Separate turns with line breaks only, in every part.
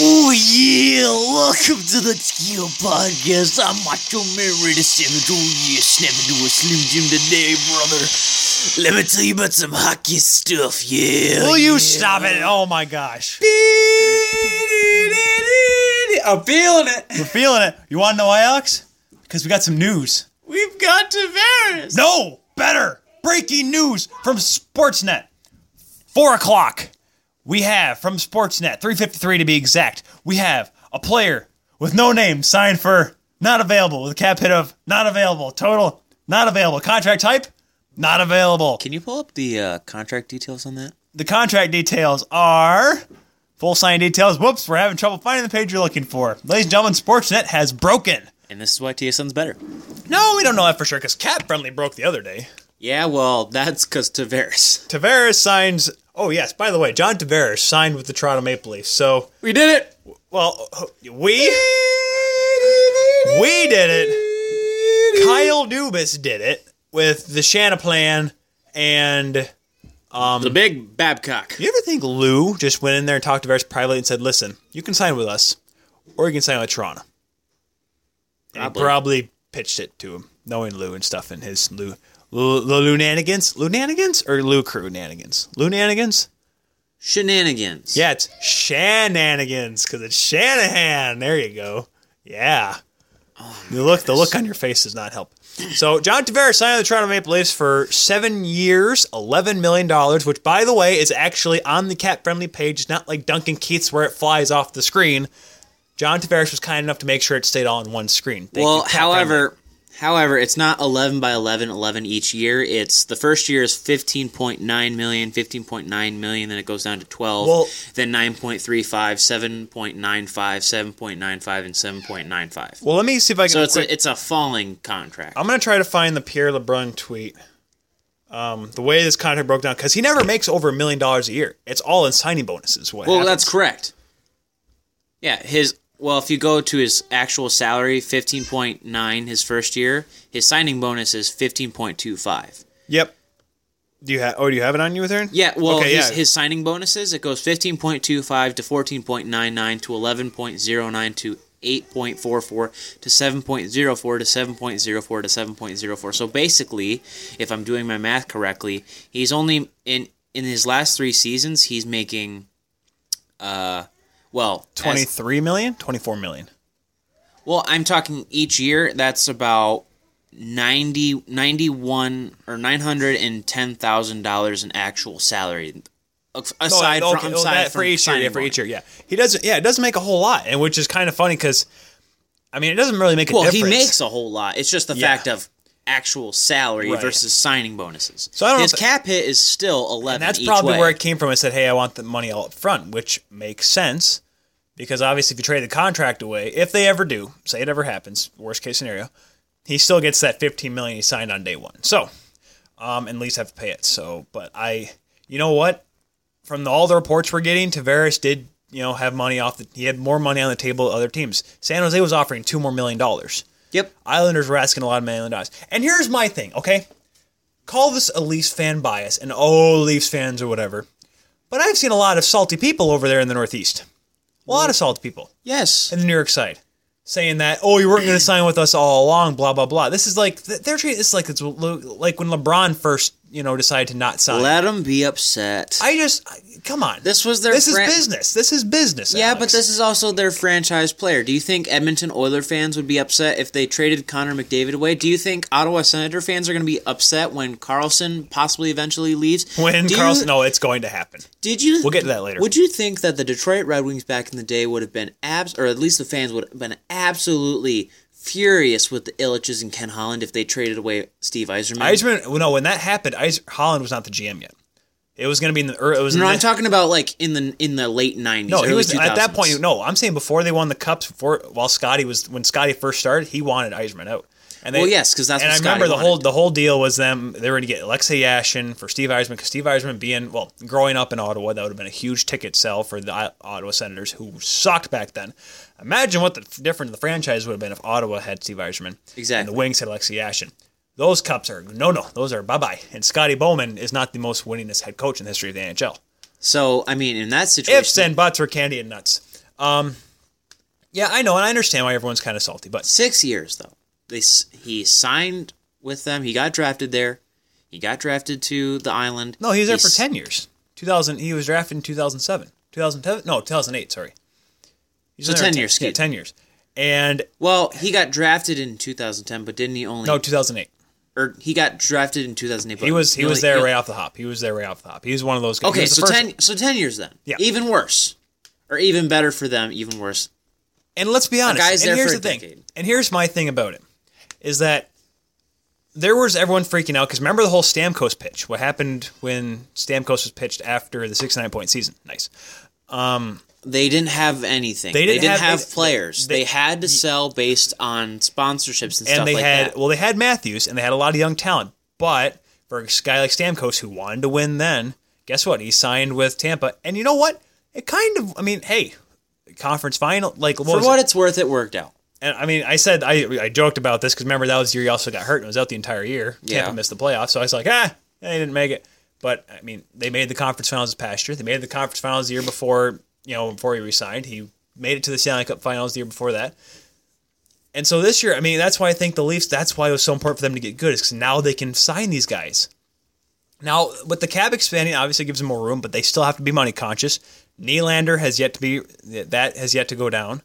Oh, Yeah, welcome to the Tequila Podcast. I'm Macho Mary the Savage. Oh, yeah, snapping to a Slim Jim today, brother. Let me tell you about some hockey stuff, yeah.
Will you
yeah.
stop it? Oh my gosh.
I'm feeling it.
We're feeling it. You want to know why, Alex? Because we got some news.
We've got Tavares.
No, better. Breaking news from Sportsnet. Four o'clock. We have from Sportsnet, 353 to be exact, we have a player with no name signed for not available with a cap hit of not available. Total not available. Contract type not available.
Can you pull up the uh, contract details on that?
The contract details are full sign details. Whoops, we're having trouble finding the page you're looking for. Ladies and gentlemen, Sportsnet has broken.
And this is why TSN's better.
No, we don't know that for sure because Cat Friendly broke the other day.
Yeah, well, that's because Tavares.
Tavares signs. Oh yes, by the way, John Tavares signed with the Toronto Maple Leafs. So,
We did it.
well, we we did it. Kyle Dubas did it with the Shanaplan, and
the big Babcock.
do you ever think Lou just went in there and talked to Tavares privately and said, "Listen, you can sign with us, or you can sign with Toronto." And he
Probably.
probably pitched it to him, knowing Lou and stuff, and his Lou Lou, Lou Nanigans, Lou Nanigans, or Lou Crew Nanigans, Lou Nanigans.
Shenanigans.
Yeah, it's shenanigans because it's Shanahan. There you go. Yeah. the look, the look on your face does not help. So John Tavares signed with the Toronto Maple Leafs for seven years, eleven million dollars, which, by the way, is actually on the cat-friendly page. It's not like Duncan Keith's where it flies off the screen. John Tavares was kind enough to make sure it stayed all on one screen. Thank you,
well,
cat-friendly.
however, however, it's not 11 by 11, 11 each year. It's the first year is 15.9 million, 15.9 million, then it goes down to 12,
Well-
then 9.35, 7.95, 7.95 and 7.95.
well, let me see if I can.
so it's
quick-
a, it's a falling contract.
I'm gonna try to find the Pierre LeBrun tweet. Um, the way this contract broke down, because he never makes over a million dollars a year. It's all in signing bonuses. What?
well,
happens.
that's correct. Yeah, his well, if you go to his actual salary, 15.9 his first year, his signing bonus is 15.25.
Yep. Do you have? Oh, do you have it on you with Aaron?
Yeah, well,
Okay,
his,
yeah.
his signing bonuses it goes fifteen point two five to fourteen point nine nine to eleven point zero nine to eight point four four to seven point zero four to seven point zero four to seven point zero four. So basically, if I'm doing my math correctly, he's only in in his last three seasons he's making, uh, well, as-
Twenty-three million, twenty-four million.
well, I'm talking each year. That's about 90, 91 or nine hundred and ten thousand dollars in actual salary. Ac- Aside
No,
from
okay, oh,
aside
that
from
for each year,
signing
yeah, for
bonus.
each year, yeah. He doesn't. Yeah, it doesn't make a whole lot, and which is kind of funny because, I mean, it doesn't really make a
Well,
difference.
he makes a whole lot. It's just the
Yeah.
fact of actual salary
Right.
versus signing bonuses.
So I don't know
his
if-
cap hit is still eleven.
And that's
each
probably
way.
where it came from. I said, "Hey, I want the money all up front," which makes sense because obviously, if you trade the contract away, if they ever do, say it ever happens, worst case scenario, he still gets that fifteen million he signed on day one. So, um, and Leafs have to pay it. So, but I, you know what? From the, all the reports we're getting, Tavares did, you know, have money off the. He had more money on the table than other teams. San Jose was offering two more million dollars.
Yep.
Islanders were asking a lot of million dollars. And here's my thing, okay? Call this a Leafs fan bias, and oh, Leafs fans or whatever. But I've seen a lot of salty people over there in the Northeast. A lot of salty people
Yes.
in the New York side saying that, oh, you weren't going to sign with us all along, blah, blah, blah. This is like, th- they're treating this like it's lo- like when LeBron first, you know, decided to not sign.
Let him be upset.
I just, I- come on.
This was their
This is
fran-
business. This is business.
yeah,
Alex.
but this is also their franchise player. Do you think Edmonton Oiler fans would be upset if they traded Connor McDavid away? Do you think Ottawa Senator fans are going to be upset when Carlson possibly eventually leaves?
When
Do you-
Carlson, no, it's going to happen.
Did you?
We'll get to that later.
Would you think that the Detroit Red Wings back in the day would have been abs, or at least the fans would have been absolutely furious with the Illiches and Ken Holland if they traded away Steve Eiserman?
Eisman, well, no, when that happened, Eis- Holland was not the GM yet. It was going to be in the. Or it was in
No,
the-
I'm talking about like in the in the late '90s.
No,
early
he was
2000s.
at that point. No, I'm saying before they won the cups, before while Scotty was when Scotty first started, he wanted Eisman out. And
Well, yes, 'cause that's
and
what
I remember
Scotty
the whole
wanted.
the whole deal was them they were going to get Alexei Yashin for Steve Eisman because Steve Eisman being well growing up in Ottawa that would have been a huge ticket sell for the I- Ottawa Senators who sucked back then. Imagine what the f- difference the franchise would have been if Ottawa had Steve Eisman and
Exactly.
the Wings had Alexei Yashin. Those cups are no no. Those are bye bye. And Scotty Bowman is not the most winningest head coach in the history of the NHL
So I mean, in that
ifs
situation,
and buts were candy and nuts. Um, Yeah, I know, and I understand why everyone's kind of salty, but
Six years though. They s- he signed with them. He got drafted there. He got drafted to the island.
no, he was there
He's-
for ten years. Two thousand, he was drafted in two thousand seven, two thousand seven, no, two thousand eight. Sorry, he was
So
there
10
ten
years,
Yeah,
excuse
ten years, and
Well, he got drafted in 2010, but didn't he only?
no, two thousand eight.
or he got drafted in 2008. But
He was he was
only-
there
he-
right off the hop. He was there right off the hop. He was one of those guys. He
Okay,
was the
so
first-
ten so ten years then.
Yeah.
Even worse, or even better for them. Even worse.
And let's be honest.
guy's
and
there
here's
for a
the thing.
decade.
And here's my thing about it is that there was everyone freaking out because remember the whole Stamkos pitch. What happened when Stamkos was pitched after the 69 point season? Nice.
They didn't have anything.
They
They
didn't
didn't,
have-
have,
they-
players.
they-
They, had to sell based on sponsorships and,
And
stuff
they
like
had
that.
well they had Matthews and they had a lot of young talent. But for a guy like Stamkos who wanted to win then, guess what? He signed with Tampa. And you know what? It kind of I mean, hey, conference final like
For
was
what
it?
it's worth, it worked out.
And I mean, I said I I joked about this because remember that was the year he also got hurt and was out the entire year.
Yeah.
Tampa missed the playoffs, so I was like, ah, they didn't make it. But I mean, they made the conference finals this past year. They made the conference finals the year before. You know, before he resigned, he made it to the Stanley Cup Finals the year before that. And so this year, I mean, that's why I think the Leafs. That's why it was so important for them to get good, is because now they can sign these guys. Now with the cap expanding, obviously gives them more room, but they still have to be money conscious. Nylander has yet to be that has yet to go down.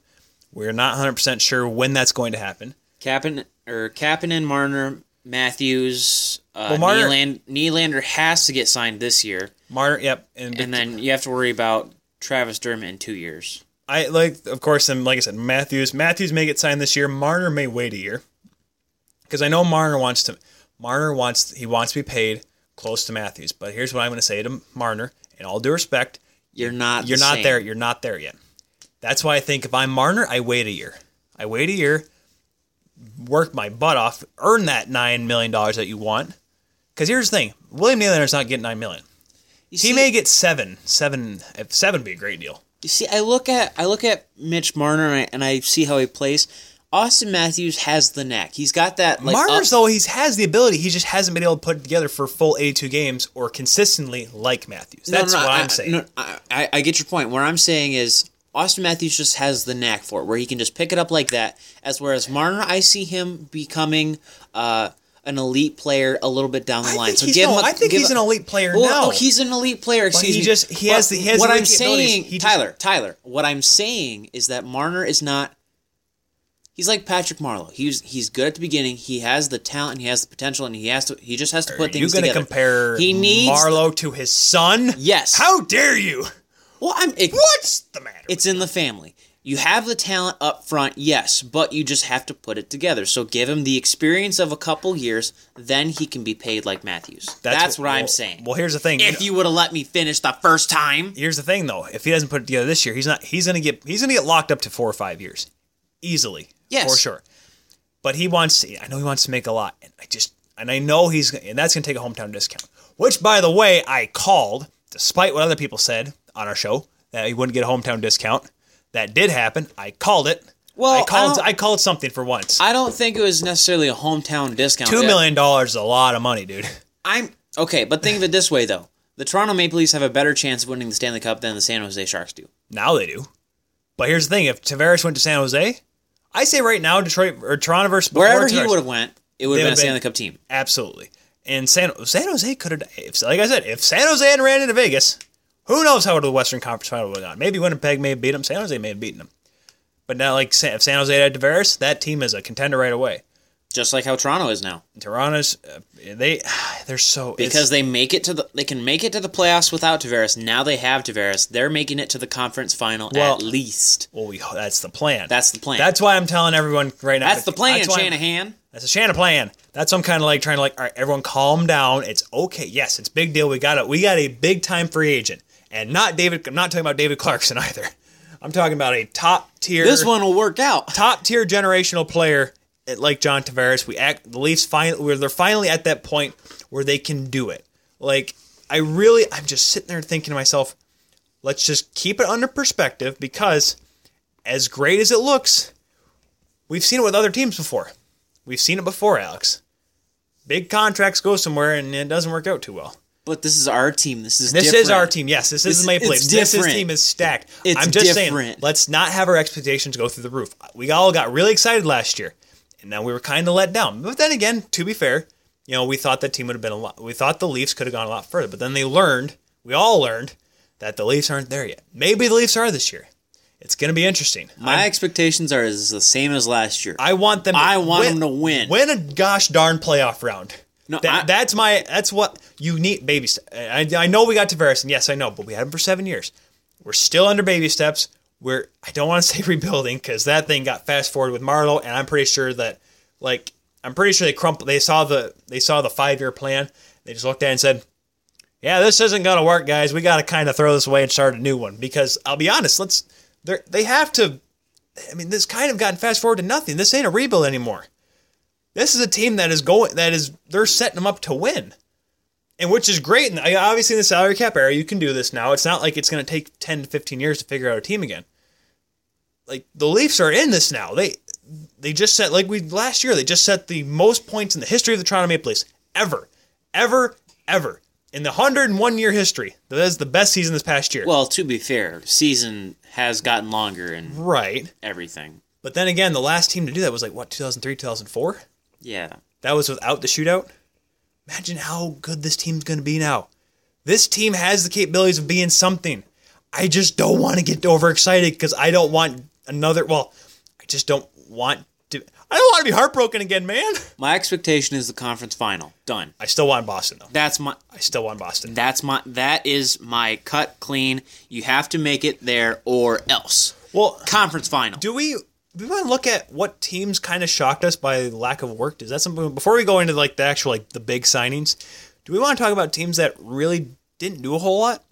We're not 100% sure when that's going to happen.
Kapan or Kapanen, Marner, Matthews, uh,
Well, Marner-
Nyland- Nylander has to get signed this year,
Marner, yep, and,
and then you have to worry about Travis Dermott in two years.
I like, of course, and like I said, Matthews. Matthews may get signed this year. Marner may wait a year because I know Marner wants to. Marner wants he wants to be paid close to Matthews. But here's what I'm going to say to Marner, in all due respect,
You're not.
you're
the
not
same.
there. You're not there yet. That's why I think if I'm Marner, I wait a year. I wait a year, work my butt off, earn that nine million dollars that you want. Because here's the thing: William Nylander's not getting nine million.
You
He
see-
may get seven. Seven. if Seven would be a great deal.
You see, I look at I look at Mitch Marner and I, and I see how he plays. Austin Matthews has the knack. He's got that like
Marner's
up-
though he has the ability. He just hasn't been able to put it together for full eighty-two games or consistently like Matthews.
No, no,
That's
no,
what
I,
I'm saying.
no, I, I, I get your point. What I'm saying is Austin Matthews just has the knack for it, where he can just pick it up like that. As whereas Marner, I see him becoming uh, an elite player a little bit down the
I
line.
think
so
he's,
give
no,
him. a-
I think
give
he's
a-
an elite player
Well,
now.
oh, he's an elite player. Excuse
he
me.
just- he has the- he has
what
the
I'm
capabilities.
saying,
He just-
Tyler. Tyler. What I'm saying is that Marner is not. He's like Patrick Marlowe. He's he's good at the beginning. He has the talent. He has the potential, and he has to. He just has to put
Are you
things
going to
together.
compare
He needs.
Marlowe to his son?
Yes.
How dare you?
well, I'm. It,
What's the matter?
It's in the family. You have the talent up front, yes, but you just have to put it together. So give him the experience of a couple years, then he can be paid like Matthews. That's, what,
well,
I'm saying.
Well, here's the thing.
if you would have let me finish the first time,
here's the thing though, if he doesn't put it together this year, he's not. He's going to get. He's going to get locked up to four or five years, easily.
Yes.
for sure. But he wants. To, I know he wants to make a lot, and I just and I know he's and that's going to take a hometown discount. Which, by the way, I called despite what other people said on our show that he wouldn't get a hometown discount. That did happen. I called it.
Well,
I called.
I don't-
I, called something for once.
I don't think it was necessarily a hometown discount.
Two
Yeah.
million dollars is a lot of money, dude.
I'm okay, but think of it this way though: the Toronto Maple Leafs have a better chance of winning the Stanley Cup than the San Jose Sharks do.
Now they do. But here's the thing: if Tavares went to San Jose, I say right now Detroit or Toronto versus before
Wherever he
Tavares-
would have went, it would have been a
would've been-
Stanley Cup team.
absolutely. And San San Jose could have, if like I said, if San Jose had ran into Vegas, who knows how the Western Conference final would have gone? Maybe Winnipeg may have beat them. San Jose may have beaten them. But now, like San- if San Jose had Tavares, that team is a contender right away.
Just like how Toronto is now.
Toronto's uh, they they're so it's-
because they make it to the they can make it to the playoffs without Tavares. Now they have Tavares. They're making it to the conference final
Well-
at least.
well, we, that's the plan.
That's the plan.
That's why I'm telling everyone right now.
That's the plan,
why I'm-
Shanahan.
That's a Shanna plan. That's what I'm kind of like trying to like. All right, everyone, calm down. It's okay. Yes, it's big deal. We got it. We got a big time free agent, and not David. I'm not talking about David Clarkson either. I'm talking about a top tier,
This one will work out.
top tier generational player at- like John Tavares. We act the Leafs finally where they're finally at that point where they can do it. Like I really, I'm just sitting there thinking to myself, let's just keep it under perspective because as great as it looks, we've seen it with other teams before. We've seen it before, Alex. Big contracts go somewhere and it doesn't work out too well.
But this is our team. This is
This
different.
is our team. Yes, this,
This-
is my
it's
place. This is
different.
team is stacked.
It's
I'm just saying,
different.
let's not have our expectations go through the roof. We all got really excited last year, and now we were kind of let down. But then again, to be fair, you know, we thought that team would have been a lot. We thought the Leafs could have gone a lot further, but then they learned. We all learned that the Leafs aren't there yet. Maybe the Leafs are this year. It's going to be interesting.
My expectations are is the same as last year.
I want them.
I want them to win.
Win a gosh darn playoff round.
No,
That-
I-
that's my. That's what you need. Baby. St- I, I know we got Tavares, and yes, I know, but we had him for seven years. We're still under baby steps. We're. I don't want to say rebuilding because that thing got fast forward with Marlowe, and I'm pretty sure that, like, I'm pretty sure they crumpled. They saw the. They saw the five year plan. They just looked at it and said, yeah, this isn't going to work, guys. We got to kind of throw this away and start a new one because I'll be honest, let's they they have to. I mean, this kind of gotten fast forward to nothing. This ain't a rebuild anymore. This is a team that is going that is they're setting them up to win, and which is great. And I- obviously, in the salary cap era, you can do this now. It's not like it's going to take ten to fifteen years to figure out a team again. Like the Leafs are in this now. They they just set like we last year they just set the most points in the history of the Toronto Maple Leafs ever, ever, ever in the 101 year history. That is the best season this past year.
well, to be fair, season has gotten longer and
right,
everything.
but then again, the last team to do that was like what 2003, 2004.
Yeah.
That was without the shootout. Imagine how good this team's going to be now. This team has the capabilities of being something. I just don't want to get overexcited because I don't want another. Well, I just don't want to. I don't want to be heartbroken again, man.
My expectation is the conference final. Done.
I still want Boston though.
That's my
I still want Boston.
that's my that is my cut clean. You have to make it there or else.
Well,
Conference final.
do we do we want to look at what teams kind of shocked us by lack of work? Is that something before we go into like the actual like the big signings? Do we want to talk about teams that really didn't do a whole lot?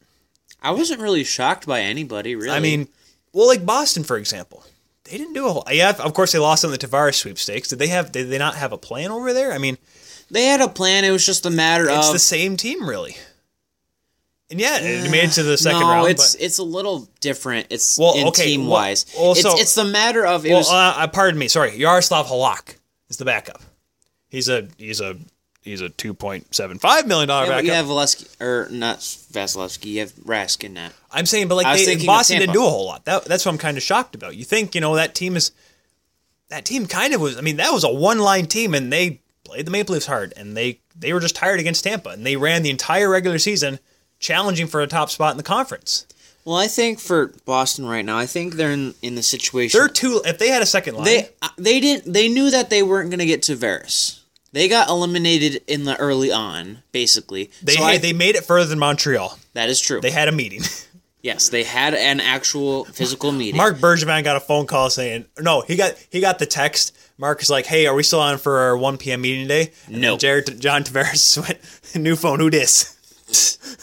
I wasn't really shocked by anybody, really.
I mean, well, like Boston for example, they didn't do a whole. Yeah, of course they lost on the Tavares sweepstakes. Did they have? Did they not have a plan over there? I mean,
they had a plan. It was just a matter
it's
of
the same team really. And yeah, it made it to the second
Mm, no,
round.
it's
but,
it's a little different. It's
Well,
in
okay,
team
well-
wise.
well, so-
it's it's the matter of it
Well,
was
uh, uh, pardon me. Sorry, Yaroslav Halak is the backup. He's a he's a he's a two point seven five million dollar
Yeah, but
backup.
you have Valesky or not Vasilevsky. You have Rask in that.
I'm saying, but
I
like
was
they,
thinking of
Boston didn't
Tampa.
do a whole lot. That, that's what I'm kind of shocked about. You think you know that team is that team kind of was. I mean, that was a one line team, and they played the Maple Leafs hard, and they they were just tired against Tampa, and they ran the entire regular season challenging for a top spot in the conference.
Well, I think for Boston right now, I think they're in, in the situation.
They're two. If they had a second line,
they uh, they didn't they knew that they weren't going to get Tavares. They got eliminated in the early on, basically.
they
So I-
they made it further than Montreal.
that is true.
They had a meeting.
yes, they had an actual physical meeting.
Mark Bergevin got a phone call saying, "No, he got he got the text." Mark is like, "Hey, are we still on for our 1 p.m. meeting today?" And
No.
then Jared John Tavares went, "New phone, who dis?"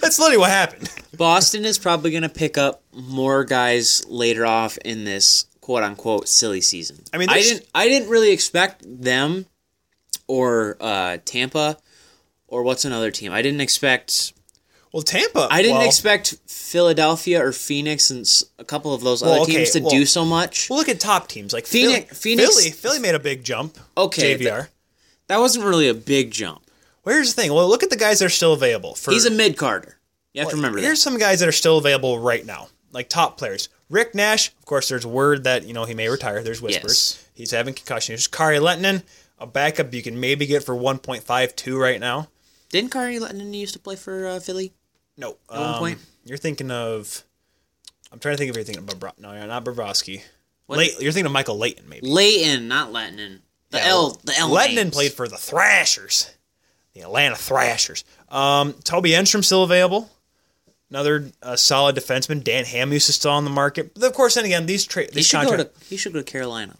That's literally what happened.
Boston is probably going to pick up more guys later off in this quote unquote silly season.
I mean,
I
there's-
didn't I didn't really expect them or uh, Tampa or what's another team. I didn't expect
Well, Tampa.
I didn't
well-
expect Philadelphia or Phoenix and s- a couple of those
Well,
other
okay,
teams to
well-
do so much.
Well, look at top teams like
Phoenix-
Philly.
Phoenix-
Philly, Philly made a big jump.
Okay,
JVR.
That wasn't really a big jump.
Where's the thing? Well, look at the guys that are still available. For,
He's a mid Carter. You have to remember
Here's
that.
some guys that are still available right now, like top players. Rick Nash, of course, there's word that you know he may retire. There's whispers
Yes.
he's having concussion issues. Kari Lettinen, a backup you can maybe get for 1.52 right now.
Didn't Carter Lettinen used to play for uh, Philly?
No, at
one point?
you're thinking of. I'm trying to think if you're thinking of Bobrovsky. No, you're not Bobrovsky.
What?
Late, you're thinking of Michael Leighton, maybe.
Leighton, not Lettinen. The
Yeah,
L, the L.
Lettinen
names.
played for the Thrashers, the Atlanta Thrashers. Um, Toby Enstrom still available. Another uh, solid defenseman. Dan Hamhuis is still on the market. But of course, then again, these tra-
He
these
should go
contracts.
to. He should go to Carolina.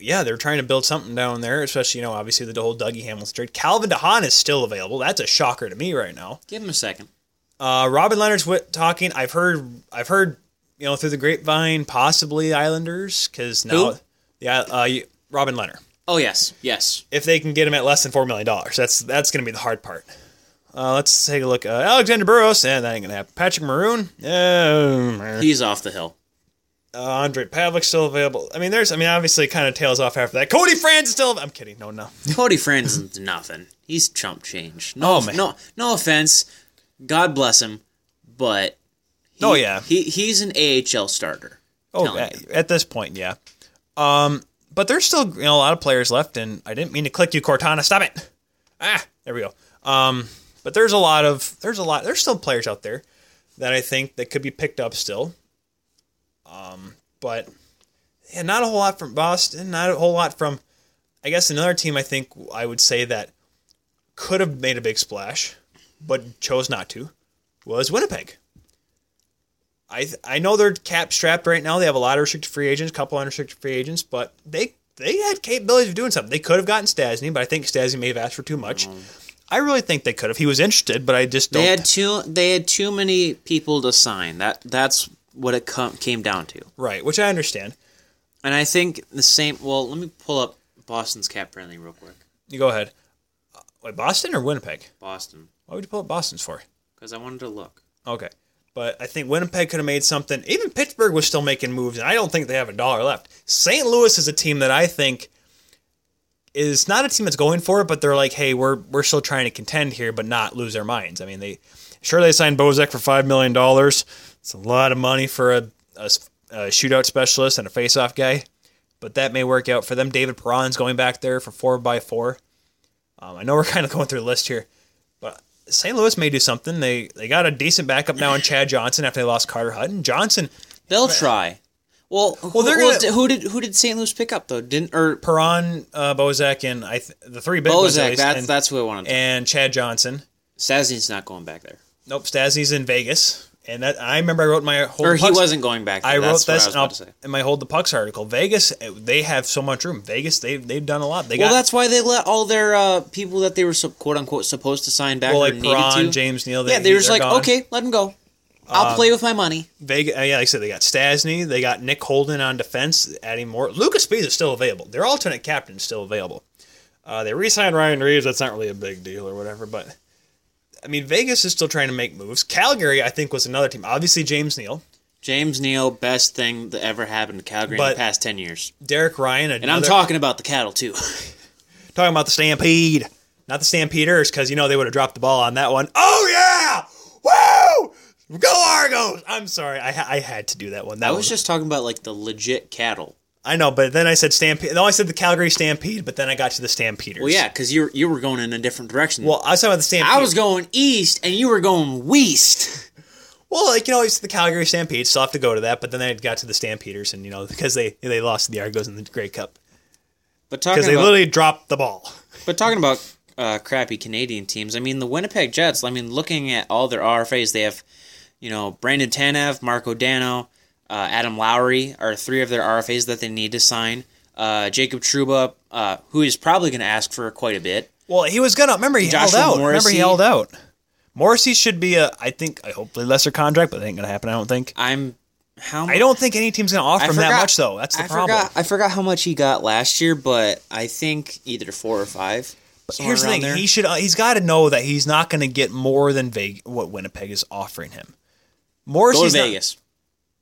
yeah, they're trying to build something down there, especially you know obviously the whole Dougie Hamilton trade. Calvin DeHaan is still available. That's a shocker to me right now.
Give him a second.
Uh, Robin Leonard's wit- talking. I've heard. I've heard. You know through the grapevine, possibly Islanders because now,
Who?
yeah, uh, you- Robin Leonard.
Oh yes, yes.
if they can get him at less than four million dollars. That's that's going to be the hard part. Uh, let's take a look. Uh, Alexander Burrows, eh, that ain't going to happen. Patrick Maroon, eh,
He's off the hill.
Uh, Andre Pavlik's still available. I mean, there's. I mean, obviously, kind of tails off after that. Cody Franz is still. av- I'm kidding. No, no.
Cody Franz is nothing. He's chump change. No,
Oh, man.
no, no offense. God bless him, but he,
Oh, yeah.
he he's an AHL starter.
Oh,
Telling
at, at this point, yeah. Um, but there's still you know, a lot of players left, and I didn't mean to click you, Cortana. Stop it. Ah, there we go. Um, but there's a lot of there's a lot there's still players out there that I think that could be picked up still. Um, but yeah, not a whole lot from Boston. Not a whole lot from, I guess another team. I think I would say that could have made a big splash, but chose not to. Was Winnipeg. I th- I know they're cap strapped right now. They have a lot of restricted free agents, a couple unrestricted free agents, but they they had capabilities of doing something. They could have gotten Stasny, but I think Stasny may have asked for too much. I really think they could have. He was interested, but I just don't.
Mm. They had too they had too many people to sign. That that's what it com- came down to.
right, which I understand.
And I think the same. Well, let me pull up Boston's cap friendly real quick.
You go ahead. Uh, Wait, Boston or Winnipeg?
Boston,
Why would you pull up Boston's for?
because I wanted to look.
Okay. But I think Winnipeg could have made something. Even Pittsburgh was still making moves, and I don't think they have a dollar left. St. Louis is a team that I think is not a team that's going for it, but they're like, hey, we're we're still trying to contend here, but not lose their minds. I mean, they sure they signed Bozek for five million dollars. It's a lot of money for a, a s- a shootout specialist and a faceoff guy, but that may work out for them. David Perron's going back there for four by four. Um, I know we're kind of going through the list here, but St. Louis may do something. They they got a decent backup now in Chad Johnson after they lost Carter Hutton. Johnson
They'll try. Well, who,
they're
well,
gonna-
di- who did who did St. Louis pick up though? Didn't or
Perron, uh, Bozak, and I th- the three big ones at
Bozak?
least,
That's
and,
that's what I wanted. to
and Chad Johnson.
Stasny's not going back there,
Nope, Stasny's in Vegas, and that I remember I wrote my whole.
or he
pucks-
wasn't going back. There.
I wrote
that's
this
What
in
I
I'll-
was about to say.
in my hold the pucks article. Vegas, eh, they have so much room. Vegas, they've they've done a lot. They
Well,
got
that's why they let all their uh, people that they were so, quote unquote supposed to sign back
well,
or
like
needed
Perron,
to.
James Neal. They,
yeah, they were just
they're
like,
gone. Um,
okay, let him go. I'll play with my money.
Vegas, uh, yeah, like I said, they got Stasny, they got Nick Holden on defense, adding more. Lucas Bees is still available. Their alternate captain is still available. Uh, they re-signed Ryan Reeves. That's not really a big deal or whatever, but I mean, Vegas is still trying to make moves. Calgary, I think, was another team. Obviously, James Neal,
James Neal, best thing that ever happened to Calgary in
But-
the past ten years,
Derek Ryan,
and I'm talking about the cattle too.
talking about the Stampede, not the Stampeders, because you know they would have dropped the ball on that one. Oh yeah, woo, go Argos! I'm sorry, I, ha- I had to do that one. That
I
one-
was just talking about like the legit cattle.
I know, but then I said Stampede. No, I said the Calgary Stampede, but then I got to the Stampeders.
Well, yeah, because you you were going in a different direction.
Well, I was talking about the Stampede.
I was going east, and you were going west.
well, like you know, it's the Calgary Stampede. Still have to go to that, but then I got to the Stampeders, and you know, because they they lost to the Argos in the Grey Cup
But
because
talking
they
about
literally dropped the ball.
but talking about uh, crappy Canadian teams, I mean the Winnipeg Jets. I mean, looking at all their RFAs, they have you know Brandon Tanev, Marco Dano, uh, Adam Lowry are three of their RFAs that they need to sign. Uh, Jacob Truba, uh, who is probably going to ask for quite a bit.
Well, he was gonna remember he
Joshua
held out. Remember
Morrissey.
he held out. Morrissey should be a, I think, I hopefully lesser contract, but that ain't gonna happen. I don't think.
I'm how
I don't think any team's gonna offer
I
him that
forgot-
much, though. That's the
I
problem.
Forgot, I forgot how much he got last year, but I think either four or five. somewhere
Here's the
around
thing:
there.
he should uh, he's got to know that he's not gonna get more than Vegas, what Winnipeg is offering him.
go to
Morrissey's not-
Vegas.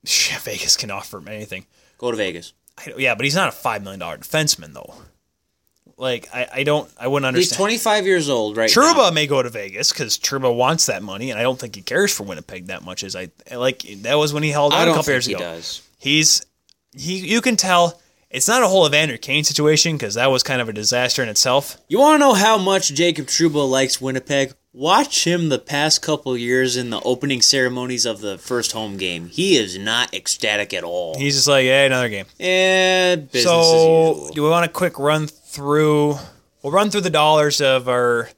Vegas can offer him anything.
Go to Vegas.
I don't- yeah, but he's not a five million dollar defenseman though. Like I, I don't, I wouldn't
He's
understand.
25 years old, right?
Truba
now.
may go to Vegas because Truba wants that money, and I don't think he cares for Winnipeg that much. As I like, that was when he held out
I
a
don't
couple
think
years
he
ago.
does.
He's he, you can tell it's not a whole Evander Kane situation because that was kind of a disaster in itself.
You want to know how much Jacob Truba likes Winnipeg? Watch him the past couple years in the opening ceremonies of the first home game. He is not ecstatic at all.
He's just like, yeah, another game.
and business as
So
usual.
do we want a quick run through? We'll run through the dollars of our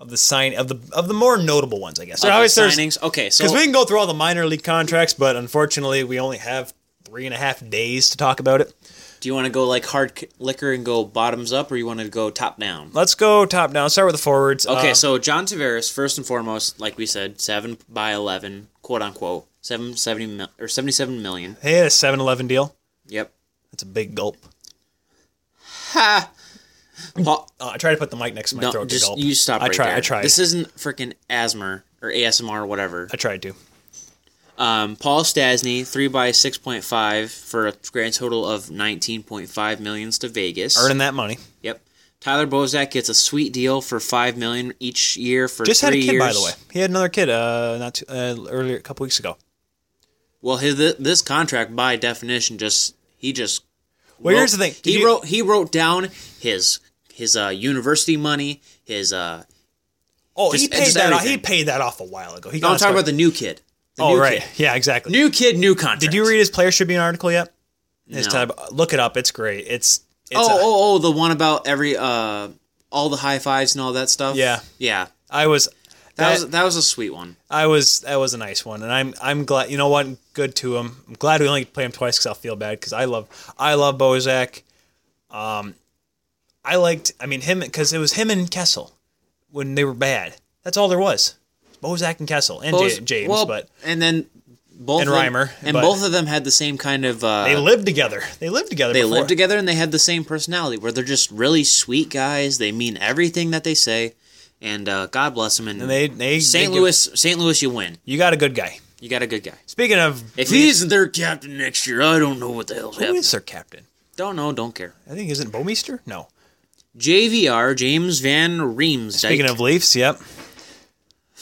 of the sign of the of the more notable ones, I guess.
Other
Obviously, there's-
signings. Okay, so
Because we can go through all the minor league contracts, but unfortunately, we only have three and a half days to talk about it.
do you want to go like hard c- liquor and go bottoms up, or you want to go top down?
Let's go top down. Start with the forwards.
Okay,
Um,
so John Tavares, first and foremost, like we said, seven by eleven, quote unquote, seven seventy mil- or seventy-seven million.
hey, a 7 Eleven deal.
Yep.
That's a big gulp.
Ha. Paul,
Uh, I try to put the mic next to my
no,
throat to
just
gulp.
you stop.
I
right
try.
There.
I tried.
This isn't freaking asthma or ASMR, or whatever.
I tried to.
Um, Paul Stasny, three by six point five for a grand total of nineteen point five millions to Vegas.
Earning that money.
Yep. Tyler Bozak gets a sweet deal for five million each year for
Just
three
had a kid,
years.
by the way. He had another kid uh, not too, uh, earlier, a couple weeks ago.
Well, his th- this contract by definition just he just
Well,
wrote-
here's the thing. Did
he
you-
wrote he wrote down his his uh, university money his uh
Oh, he
just-
paid
just
that. Off, he
everything.
paid that off a while ago. He
no, I'm
got
talking about
stuck-
the new kid. The
Oh,
new
right.
Kid.
Yeah, exactly.
New kid, new contract.
Did you read his Players Tribune article yet? His
No.
type, look it up. It's great. It's it's.
oh,
a-
oh, oh, the one about every uh all the high fives and all that stuff.
Yeah.
yeah.
I was.
That, was that was a sweet one.
I was that was a nice one, and I'm I'm glad. You know what? Good to him. I'm glad we only play him twice because I'll feel bad because I love I love Bozak. Um, I liked. I mean him because it was him and Kessel when they were bad. That's all there was. Bozak and Kessel and
Both-
Ja- James,
well,
but
and then both
and
of them-
Reimer,
and
but-
both of them had the same kind of uh,
they lived together. They lived together.
they
before.
live together and they had the same personality where they're just really sweet guys they mean everything that they say and uh, god bless them and,
And they they
st
they-
louis st louis you win
You got a good guy.
you got a good guy
Speaking of,
if he isn't their captain next year i don't know what the hell's
who
happening
is their captain?
don't know don't care
I think isn't Bomeister? No.
jvr james van reems
Speaking of Leafs, yep.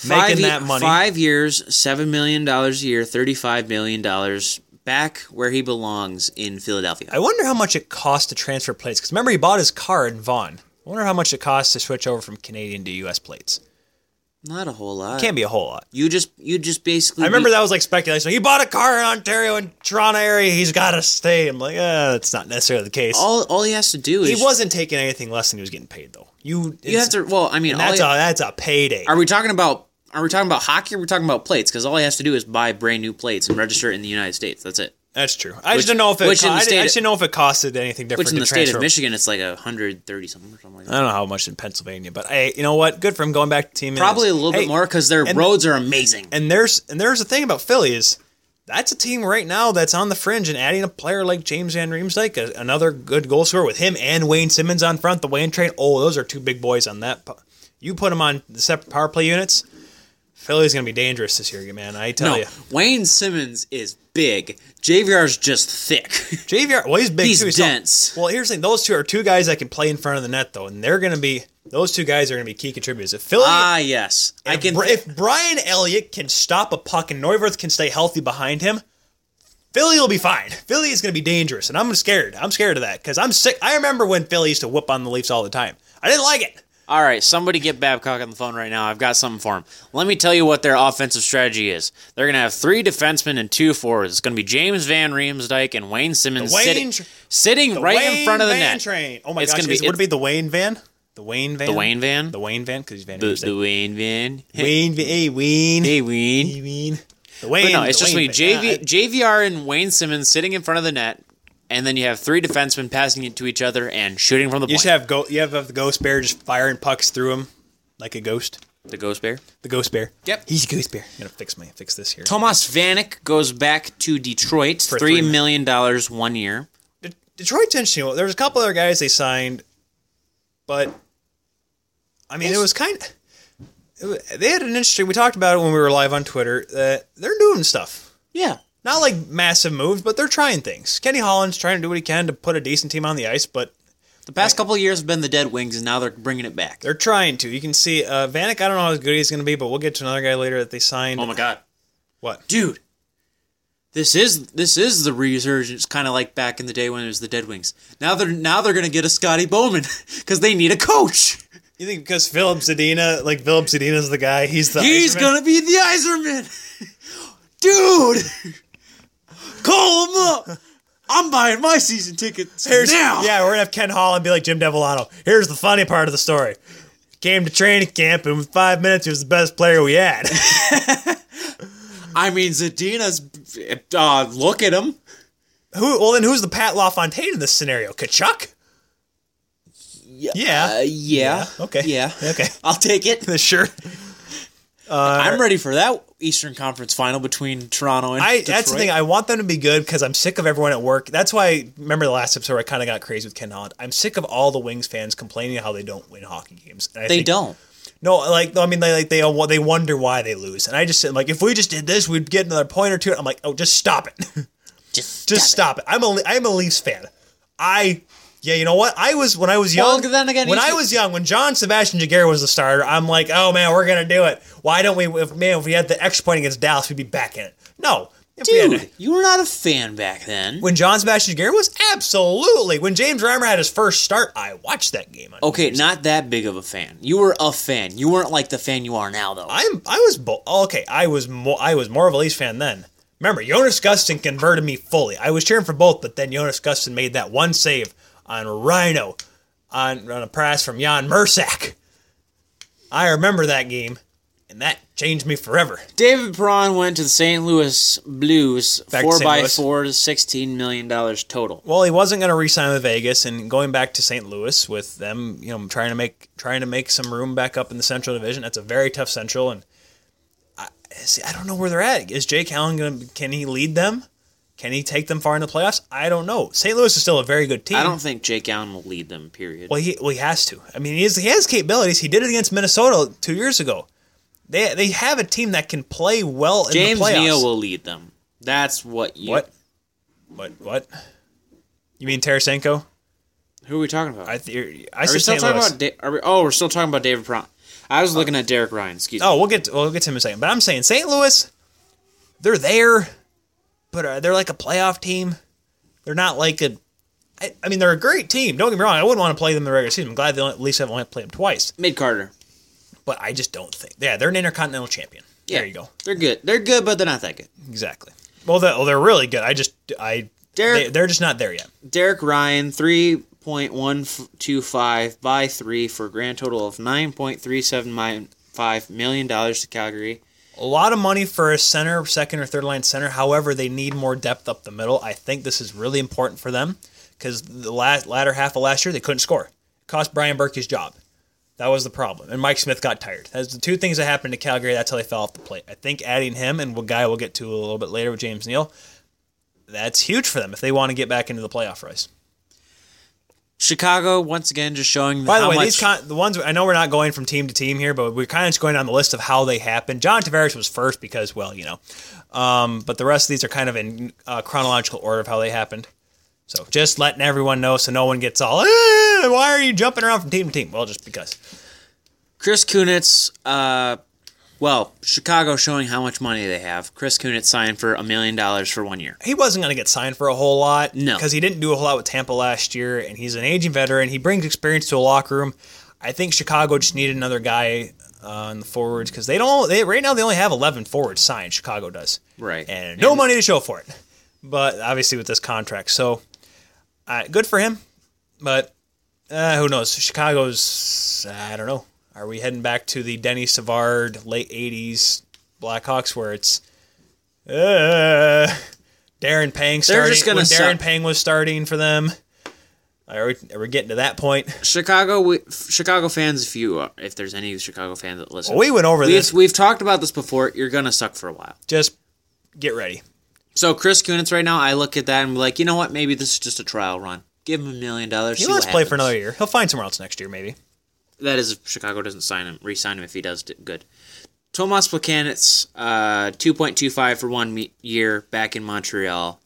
making that money.
five years seven million dollars a year 35 million dollars back where he belongs in philadelphia
I wonder how much it cost to transfer plates. Because remember, he bought his car in Vaughn. I wonder how much it costs to switch over from Canadian to U.S. plates.
not a whole lot
Can't be a whole lot.
you just you just basically
I remember that was like speculation. He bought a car in Ontario and Toronto area. He's got to stay. I'm like, uh, that's not necessarily the case.
all all he has to do is
he wasn't taking anything less than he was getting paid, though. You,
You have to. Well, I mean, all
That's a
he-
that's a payday.
are we talking about? Are we talking about hockey? Or are we talking about plates? Because all he has to do is buy brand new plates and register it in the United States. That's it.
That's true. I just don't know if it.
which
co-
in the
I, didn't- I
state-
just didn't know if it costed anything different.
Which in
to
the state
transfer. Uh,
of Michigan, it's like a hundred thirty something or something like that.
I don't know how much in Pennsylvania, but hey, you know what? Good for him going back to team.
Probably a
minutes.
little
Hey,
bit more because their
and-
roads are amazing.
And there's and there's the thing about Philly is that's a team right now that's on the fringe, and adding a player like James Van Riemsdyk, a- another good goal scorer with him and Wayne Simmons on front, the Wayne train. Oh, those are two big boys on that. po- You put them on the separate power play units. Philly's gonna be dangerous this year, man. I tell
no,
you,
Wayne Simmons is big. JVR's just thick.
JVR. Well, he's big.
He's
too. tall.
dense.
well, here's the thing: those two are two guys that can play in front of the net, though, and they're gonna be those two guys are gonna be key contributors. If Philly,
ah, yes. I
If
can.
Bri- if Brian Elliott can stop a puck and Neuwirth can stay healthy behind him, Philly will be fine. Philly is going to be dangerous, and I'm scared. I'm scared of that because I'm sick. I remember when Philly used to whoop on the Leafs all the time. I didn't like it.
All right, somebody get Babcock on the phone right now. I've got something for him. Let me tell you what their offensive strategy is. They're going to have three defensemen and two forwards. It's going to be James Van Riemsdyk and Wayne Simmons
The Wayne
sitting,
tr-
sitting right in
Wayne
front of the
van
net.
Train. Oh my
It's
gosh,
gonna be-
is- would it be the Wayne van? The Wayne van.
The Wayne van?
The Oh, Wayne van because he's van.
The, the Wayne Van.
Wayne van. Hey Wayne.
Hey, Wayne.
Hey, Wayne. The Wayne.
But no, it's
the
just
Wayne
me.
van. Uh,
JV, JVR and Wayne Simmons sitting in front of the net, and then you have three defensemen passing it to each other and shooting from the
You
point.
should have go. You have, have the ghost bear just firing pucks through him like a ghost.
the Ghost Bear.
The ghost bear.
Yep.
He's a ghost bear. I'm gonna fix my fix this here.
Tomas Vanek goes back to Detroit,
For
$3
three-
million dollars one year.
De- Detroit's interesting. There was a couple other guys they signed, but I mean, it was kind. It wa they had an interesting. We talked about it when we were live on Twitter. That they're doing stuff,
Yeah.
not like massive moves, but they're trying things. Kenny Holland's trying to do what he can to put a decent team on the ice, but
The past couple of years have been the Dead Wings, and now they're bringing it back.
they're trying to. You can see uh, Vanek. I don't know how good he's going to be, but we'll get to another guy later that they signed.
Oh my god,
What?
dude, this is this is the resurgence, kind of like back in the day when it was the Dead Wings. Now they're now they're gonna get a Scotty Bowman because they need a coach.
You think because Philip Zadina, like Philip Zadina's the guy, he's the
He's
Iserman?
gonna be the Iserman, dude. Call him up. I'm buying my season tickets
Here's-
now.
Yeah, we're gonna have Ken Holland be like Jim Devolano. Here's the funny part of the story. Came to training camp and in five minutes he was the best player we had.
I mean, Zadina's. Uh, look at him.
Who? Well, then who's the Pat LaFontaine in this scenario? Kachuk? Yeah.
Uh,
Yeah.
yeah.
Okay.
Yeah.
Okay.
I'll take it.
sure. Uh,
I'm ready for that Eastern Conference final between Toronto and
I
Detroit.
that's the thing. I want them to be good because I'm sick of everyone at work. That's why remember the last episode where I kind of got crazy with Ken Holland. I'm sick of all the Wings fans complaining how they don't win hockey games. And I
they
think
don't.
No, like I mean, they like they all- they wonder why they lose, and I just said like if we just did this, we'd get another point or two. I'm like, oh, just stop it,
Just,
just stop it. I'm a Le- I'm a Leafs fan. I yeah, you know what? I was when I was
Well,
young.
then again,
when
he's-
I was young, when John Sebastian Jaguar was the starter, I'm like, oh man, we're gonna do it. Why don't we? If, man, if we had the extra point against Dallas, we'd be back in it. No, if we had-
Dude, you were not a fan back then.
when John Sebastian Jaguar was absolutely when James Reimer had his first start, I watched that game.
Okay, not that big of a fan. You were a fan. You weren't like the fan you are now, though.
I'm I was bo- okay. I was mo- I was more of a Leafs fan then. Remember, Jonas Gustin converted me fully. I was cheering for both, but then Jonas Gustin made that one save on Rhino on, on a pass from Jan Mersak. I remember that game, and that changed me forever.
David Perron went to the St. Louis Blues,
Back to
four
St.
by
Louis.
four, sixteen million dollars total.
Well, he wasn't going to re-sign with Vegas, and going back to St. Louis with them, you know, trying to make trying to make some room back up in the Central Division. That's a very tough Central, and I, see, I don't know where they're at. Is Jake Allen going? to Can he lead them? Can he take them far into the playoffs? I don't know. St. Louis is still a very good team.
I don't think Jake Allen will lead them. Period.
Well, he well he has to. I mean, he, is, he has capabilities. He did it against Minnesota two years ago. They they have a team that can play well in
James
the playoffs.
Neal will lead them. That's what you.
what? What? What? You mean Tarasenko?
Who are we talking about?
I th- I
are we
said
still
St.
talking
Louis.
about? Da- are we, oh, we're still talking about David Perron. I was looking at Derek Ryan. Excuse me.
Oh, we'll get to, we'll get to him in a second. But I'm saying St. Louis, they're there, but uh, they're like a playoff team. They're not like a. I, I mean, they're a great team. Don't get me wrong. I wouldn't want to play them in the regular season. I'm glad they only, at least have only played them twice.
Mid Carter.
But I just don't think. Yeah, they're an intercontinental champion.
Yeah,
There you go.
They're good. They're good, but they're not that good.
Exactly. Well, they, well, they're really good. I just I
Derek-
they, they're just not there yet.
Derek Ryan, three point one two five by three for a grand total of nine point three seven five million dollars to Calgary.
A lot of money for a center, second or third line center. However, they need more depth up the middle. I think this is really important for them because the last, latter half of last year they couldn't score. It cost Brian Burke his job. That was the problem. And Mike Smith got tired. That's the two things that happened to Calgary. That's how they fell off the plate. I think adding him and a guy we'll get to a little bit later with James Neal, that's huge for them if they want to get back into the playoff race.
Chicago once again just showing
By the
how
way,
much
these con- the ones I know we're not going from team to team here, but we're kind of just going down the list of how they happened. John Tavares was first because, well, you know, um, but the rest of these are kind of in uh, chronological order of how they happened. So just letting everyone know, so no one gets all, "Eh, why are you jumping around from team to team? Well, just because.
Chris Kunitz, uh, well, Chicago showing how much money they have. Chris Kunitz signed for a million dollars for one year.
he wasn't going to get signed for a whole lot.
No.
Because he didn't do a whole lot with Tampa last year, and he's an aging veteran. He brings experience to a locker room. I think Chicago just needed another guy uh, in the forwards because they don't. They right now they only have eleven forwards signed. Chicago does
Right.
and no money to show for it. But obviously with this contract, so uh, good for him. But uh, who knows? Chicago's I don't know. Are we heading back to the Denny Savard late '80s Blackhawks where it's uh, Darren Pang starting?
just gonna
when Darren
suck.
Pang was starting for them. Are we, are we getting to that point?
Chicago, we, Chicago fans, if you are, if there's any Chicago fans that listen,
We went over
we've,
this.
we've talked about this before. You're gonna suck for a while.
Just get ready.
So Chris Kunitz, right now, I look at that and be like, you know what? Maybe this is just a trial run. Give him a million dollars.
He
see
wants
what
to play for
happens.
another year. He'll find somewhere else next year, maybe.
That is if Chicago doesn't sign him, re-sign him if he does d- good. Tomas Placanitz, uh, two point two five for one me- year back in Montreal.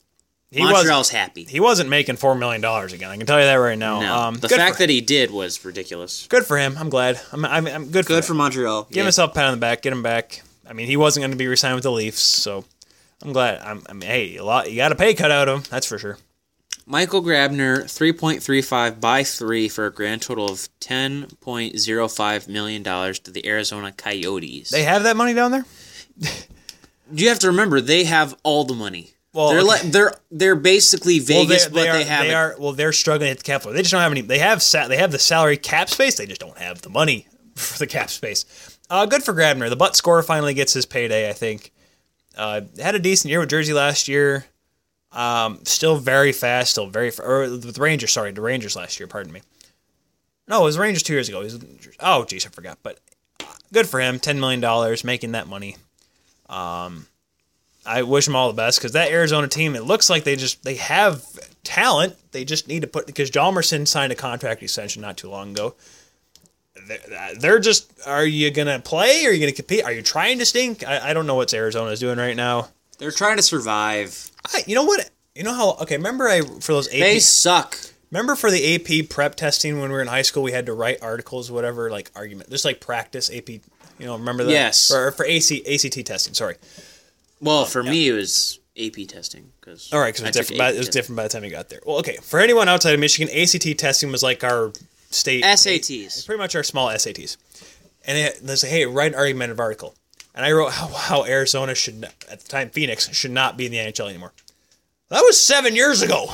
He was Um,
Montreal's happy.
he wasn't making four million dollars again. I can tell you that right now.
No,
um,
the
good
fact
for,
that he did was ridiculous.
good for him. I'm glad. I'm, I'm, I'm good.
Good
for
for
him.
Montreal.
Give himself a pat on the back. Get him back. I mean, he wasn't going to be re-signed with the Leafs, so I'm glad. I'm, I mean, hey, a lot. You got a pay cut out of him. That's for sure.
Michael Grabner, three point three five by three for a grand total of ten point zero five million dollars to the Arizona Coyotes.
They have that money down there.
you have to remember they have all the money.
Well,
they're
okay.
like they're they're basically Vegas,
they,
but
they, are,
they have
they
it.
are well, they're struggling at the cap floor. They just don't have any. They have sa- they have the salary cap space. They just don't have the money for the cap space. Uh, good for Grabner. The butt scorer finally gets his payday. I think uh, had a decent year with Jersey last year. Um, still very fast. Still very f- or with Rangers. Sorry, the Rangers last year. Pardon me. No, it was Rangers two years ago. He was, oh, geez, I forgot. But uh, good for him. Ten million dollars, making that money. I wish them all the best because that Arizona team, it looks like they just they have talent. They just need to put because Jalmerson signed a contract extension not too long ago. they're, they're just are you gonna play? Are you gonna compete? Are you trying to stink? I, I don't know what Arizona's doing right now.
They're trying to survive.
I, you know what? You know how? Okay, remember I for those AP.
They suck.
Remember for the AP prep testing when we were in high school, we had to write articles, whatever, like argument, just like practice AP. You know, remember that?
Yes.
Or for AC ACT testing. Sorry.
Well, for me, it was AP testing. Cause
All right, because it, was
I took
different by-
AP
it was
testing.
different by the time you got there. Well, okay. For anyone outside of Michigan, ACT testing was like our state It's
SATs.
pretty much our small SATs. And it, they say, hey, write an argumentative article. And I wrote how, how Arizona should, not- at the time, Phoenix should not be in the NHL anymore. That was seven years ago.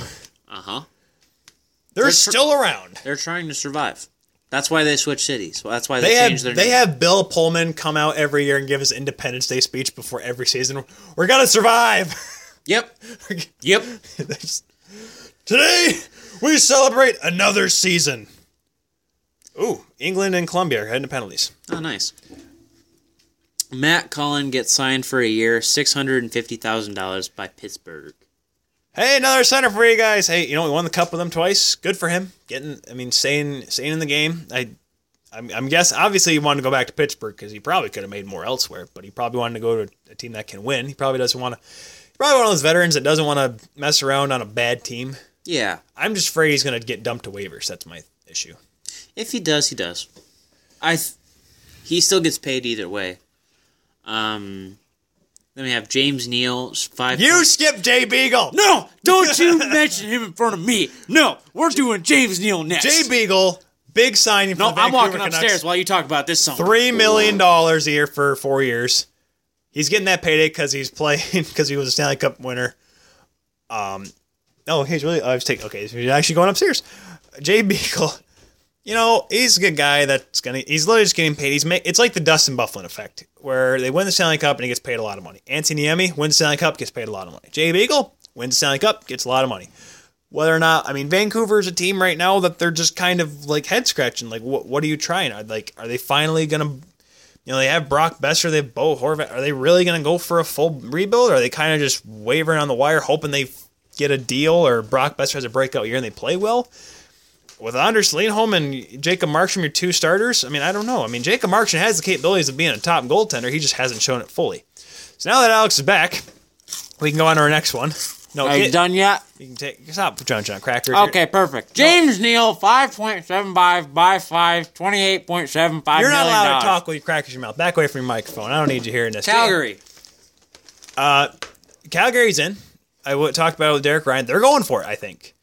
Uh huh.
They're
They're tr-
still around.
They're trying to survive. That's why they switch cities. Well, that's why they,
They have
changed their
they
name.
have Bill Pullman come out every year and give his Independence Day speech before every season. We're gonna survive.
yep. Yep.
They just- Today we celebrate another season. Ooh, England and Colombia are heading to penalties.
Oh, nice. Matt Cullen gets signed for a year, six hundred and fifty thousand dollars by Pittsburgh.
Hey, another center for you guys. Hey, you know we won the cup with them twice. Good for him. Getting, I mean, staying, staying in the game. I, I'm, I'm guess obviously he wanted to go back to Pittsburgh because he probably could have made more elsewhere, but he probably wanted to go to a team that can win. He probably doesn't want to. Probably one of those veterans that doesn't want to mess around on a bad team.
Yeah.
I'm just afraid he's going to get dumped to waivers. That's my issue.
If he does, he does. I. Th- he still gets paid either way. Um. Then we have James Neal five.
You skip Jay Beagle.
No, don't you mention him in front of me. No, we're doing James Neal next.
Jay Beagle, big signing.
No,
from the
I'm
Vancouver
walking
Canucks.
upstairs while you talk about this song.
Three million dollars a year for four years. He's getting that payday because he's playing because he was a Stanley Cup winner. Um, oh, he's really. I was taking. Okay, so he's actually going upstairs. Jay Beagle, you know, he's a good guy. That's gonna. He's literally just getting paid. He's make, It's like the Dustin Bufflin effect, where they win the Stanley Cup and he gets paid a lot of money. Anthony Niemi wins the Stanley Cup, gets paid a lot of money. Jay Beagle wins the Stanley Cup, gets a lot of money whether or not I mean Vancouver's a team right now that they're just kind of like head scratching. Like, what what are you trying? Are like are they finally gonna? You know, they have Brock Besser, they have Bo Horvat. Are they really gonna go for a full rebuild? Or are they kind of just wavering on the wire, hoping they get a deal or Brock Besser has a breakout year and they play well? With Anders Lindholm and Jacob Markstrom, your two starters, I mean, I don't know. I mean, Jacob Markstrom has the capabilities of being a top goaltender. He just hasn't shown it fully. So now that Alex is back, we can go on to our next one. No,
Are you
get-
done yet?
you can take stop John John Cracker.
Okay, perfect. James Neal, 5.75 by 5, 28.75
You're, you're not
million
allowed
dollars.
to talk with your crackers in your mouth. Back away from your microphone. I don't need you hearing this.
Calgary.
Calgary's in. I w- talked about it with Derek Ryan. They're going for it, I think.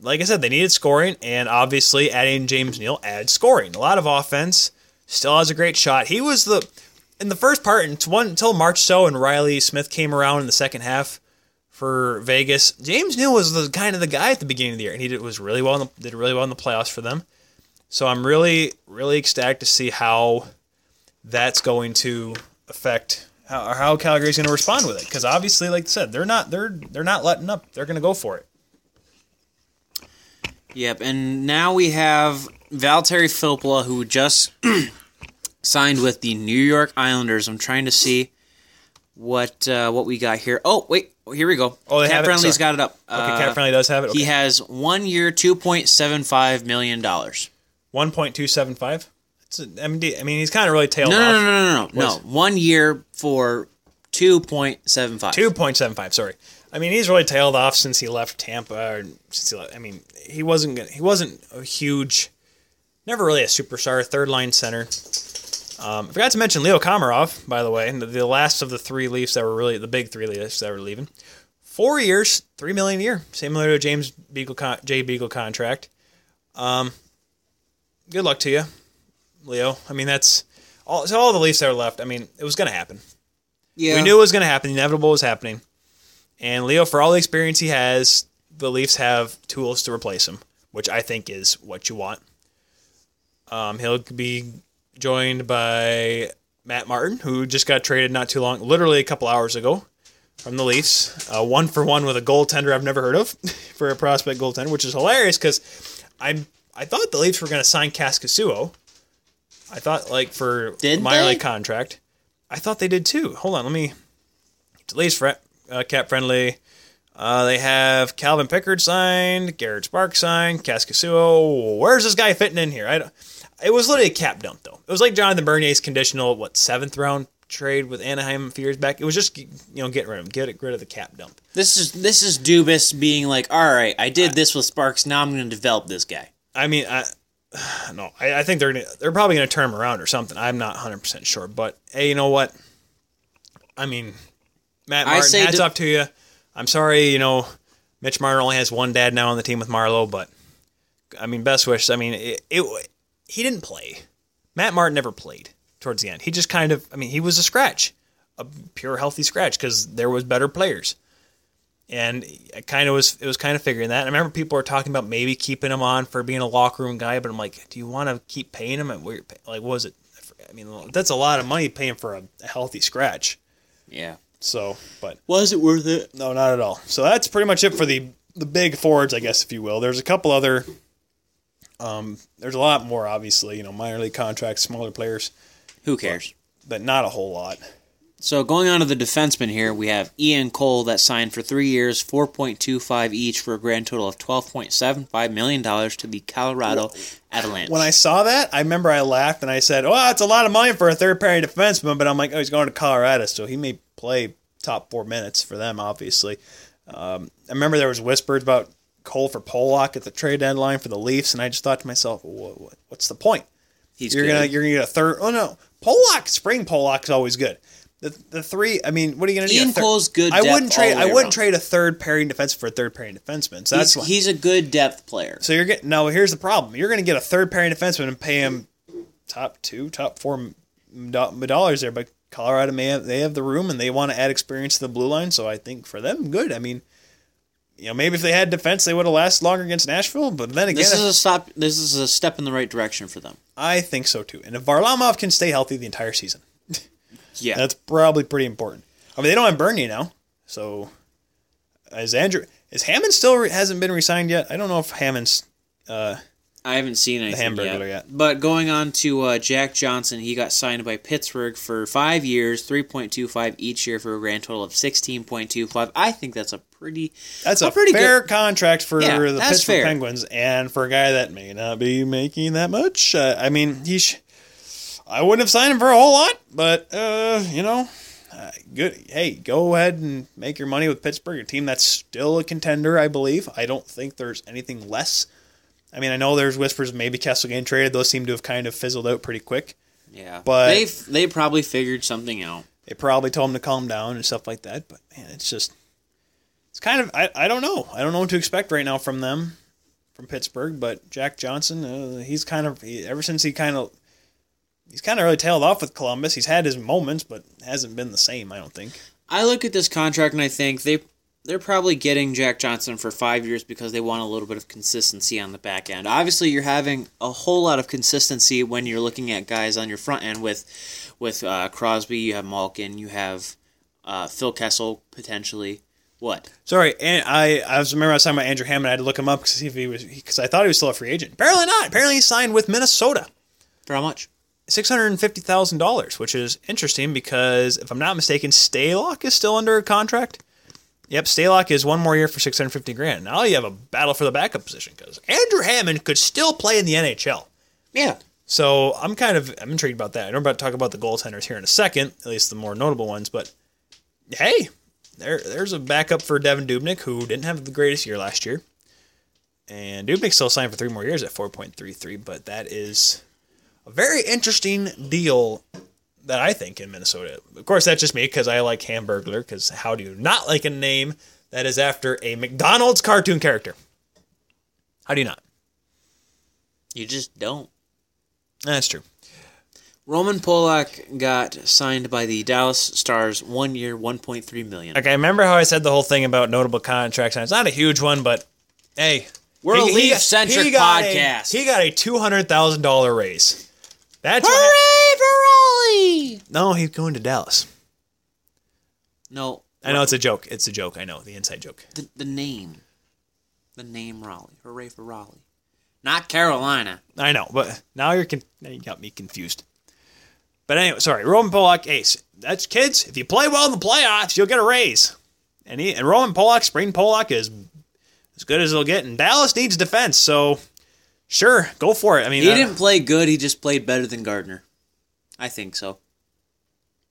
Like I said, they needed scoring, and obviously adding James Neal adds scoring. A lot of offense. Still has a great shot. He was the in the first part and one until March so and Riley Smith came around in the second half for Vegas. James Neal was the kind of the guy at the beginning of the year, and he did was really well. In the, did really well in the playoffs for them. So I'm really really ecstatic to see how that's going to affect how, or how Calgary's going to respond with it. Because obviously, like I said, they're not they're they're not letting up. They're going to go for it.
Yep, and now we have Valtteri Filppula, who just signed with the New York Islanders. I'm trying to see what uh, what we got here. Oh, wait, here we go.
Oh, they
Cat
have it?
Friendly's got
Sorry.
it up.
Okay,
Uh,
Cat Friendly does have it.
He
Okay.
has one year, $2.75 million. dollars.
One point two seven five. It's a, I mean, d- I mean, he's kind of really tailed
No,
off.
no, no, no, no, no. No, one year for 2.75.
Two point seven five. Sorry. I mean, he's really tailed off since he left Tampa. Or since he left, I mean, he wasn't gonna, he wasn't a huge, never really a superstar, third line center. Um, I forgot to mention Leo Komarov, by the way, and the, the last of the three Leafs that were really the big three Leafs that were leaving. Four years, three million a year, similar to James Beagle con- Jay Beagle contract. Um, good luck to you, Leo. I mean, that's all. So all the Leafs that are left. I mean, it was going to happen.
Yeah.
We knew it was going to happen. The inevitable was happening. And Leo, for all the experience he has, the Leafs have tools to replace him, which I think is what you want. Um, he'll be joined by Matt Martin, who just got traded not too long, literally a couple hours ago from the Leafs. Uh, one for one with a goaltender I've never heard of for a prospect goaltender, which is hilarious because I I thought the Leafs were going to sign Kaskasuo. I thought like for
Did
minor
they?
league contract. I thought they did too. Hold on, let me. At least fre- uh, cat friendly. Uh, they have Calvin Pickard signed, Garrett Sparks signed, Kaskasuo. Where's this guy fitting in here? I don't. It was literally a cap dump, though. It was like Jonathan Bernier's conditional, what, seventh round trade with Anaheim a few years back. It was just, you know, get rid of him, get rid of the cap dump.
This is this is Dubas being like, all right, I did this with Sparks. Now I'm going to develop this guy.
I mean, I no, I, I think they're gonna, they're probably going to turn him around or something. I'm not 100 percent sure, but hey, you know what? I mean, Matt
I
Martin,
say
hats
d-
off to you. I'm sorry, you know, Mitch Martin only has one dad now on the team with Marlowe, but I mean, best wishes. I mean, it, it he didn't play. Matt Martin never played towards the end. He just kind of, I mean, he was a scratch, a pure healthy scratch because there was better players and I kind of was it was kind of figuring that. I remember people were talking about maybe keeping him on for being a locker room guy, but I'm like, do you want to keep paying him? And we're like, what was it? I forget- I mean, that's a lot of money paying for a, a healthy scratch.
Yeah.
So, but
Was it worth it?
no, not at all. So that's pretty much it for the the big forwards, I guess, if you will. There's a couple other. Um, there's a lot more, obviously, you know, minor league contracts, smaller players,
Who cares?
but not a whole lot.
So going on to the defensemen here, we have Ian Cole that signed for three years, four point two five each for a grand total of twelve point seven five million dollars to the Colorado Avalanche.
When I saw that, I remember I laughed and I said, "Oh, it's a lot of money for a third-pairing defenseman." But I'm like, "Oh, he's going to Colorado, so he may play top four minutes for them." Obviously, um, I remember there was whispers about Cole for Pollock at the trade deadline for the Leafs, and I just thought to myself, "Wha- wha- "What's the point?
He's
you're
good.
gonna you're gonna get a third? Oh no, Pollock, spring Pollock is always good." The, the three, I mean, what are you gonna do?
Ian
A thir-
Cole's good
I
depth
wouldn't
all
trade.
the
I
way
wouldn't
around.
trade a third pairing defense for a third pairing defenseman. So
he's,
that's why.
he's a good depth player.
So you're getting now. Here's the problem: you're going to get a third pairing defenseman and pay him top two, top four m- do- dollars there. But Colorado may have they have the room and they want to add experience to the blue line. So I think for them, good. I mean, you know, maybe if they had defense, they would have lasted longer against Nashville. But then again,
This is a stop. This is a step in the right direction for them.
I think so too. And if Varlamov can stay healthy the entire season,
Yeah,
that's probably pretty important. I mean, they don't have Bernie now, so is Andrew. Is Hammond still re- hasn't been re-signed yet? I don't know if Hammond's
I haven't seen anything
hamburger
yet.
yet.
But going on to uh, Jack Johnson, he got signed by Pittsburgh for five years, three point two five each year for a grand total of sixteen point two five. I think that's a pretty
That's a
pretty
fair contract for
Yeah,
the
that's
Pittsburgh
fair.
Penguins, and for a guy that may not be making that much. Uh, I mean, he. Sh- I wouldn't have signed him for a whole lot, but uh, you know, uh, good. Hey, go ahead and make your money with Pittsburgh, a team that's still a contender, I believe. I don't think there's anything less. I mean, I know there's whispers of maybe Castle getting traded. Those seem to have kind of fizzled out pretty quick.
yeah.
But-
they they probably figured something out.
They probably told him to calm down and stuff like that. But man, it's just it's kind of I, I don't know. I don't know what to expect right now from them from Pittsburgh. But Jack Johnson, uh, he's kind of he, ever since he kind of he's kind of really tailed off with Columbus. He's had his moments, but hasn't been the same. I don't think.
I look at this contract and I think they they're probably getting Jack Johnson for five years because they want a little bit of consistency on the back end. Obviously, you're having a whole lot of consistency when you're looking at guys on your front end with with uh, Crosby. You have Malkin. You have uh, Phil Kessel potentially. What?
Sorry, and I I was remember I was talking about Andrew Hammond. I had to look him up to see if he was because I thought he was still a free agent. Apparently not. Apparently he signed with Minnesota.
For how much?
six hundred and fifty thousand dollars, which is interesting because if I'm not mistaken, Staylock is still under a contract. Yep, Staylock is one more year for six hundred fifty grand. Now you have a battle for the backup position because Andrew Hammond could still play in the NHL.
Yeah.
So I'm kind of I'm intrigued about that. I know about to talk about the goaltenders here in a second, at least the more notable ones. But hey, there there's a backup for Devin Dubnik who didn't have the greatest year last year, and Dubnik still signed for three more years at 4.33. But that is a very interesting deal that I think in Minnesota. Of course, that's just me because I like Hamburglar. Because how do you not like a name that is after a McDonald's cartoon character? How do you not?
You just don't.
That's true.
Roman Polak got signed by the Dallas Stars, one year, one point three million.
Like I remember how I said the whole thing about notable contracts, and it's not a huge one, but hey,
We're a
he- he got-
Leaf-centric
he got a-
podcast.
he got a two hundred thousand dollar raise. That's what hap-
Hooray for Raleigh!
no, he's going to Dallas.
No,
I know it's a joke. It's a joke. I know the inside joke.
the, the name, the name Raleigh. Hooray for Raleigh, not Carolina.
I know, but now you're con- now you got me confused. But anyway, sorry, Roman Polak ace. That's kids. If you play well in the playoffs, you'll get a raise. And he and Roman Polak, Spring Polak is as good as he'll get. And Dallas needs defense, so Sure, go for it. I mean,
He
uh,
didn't play good. He just played better than Gardner. I think so.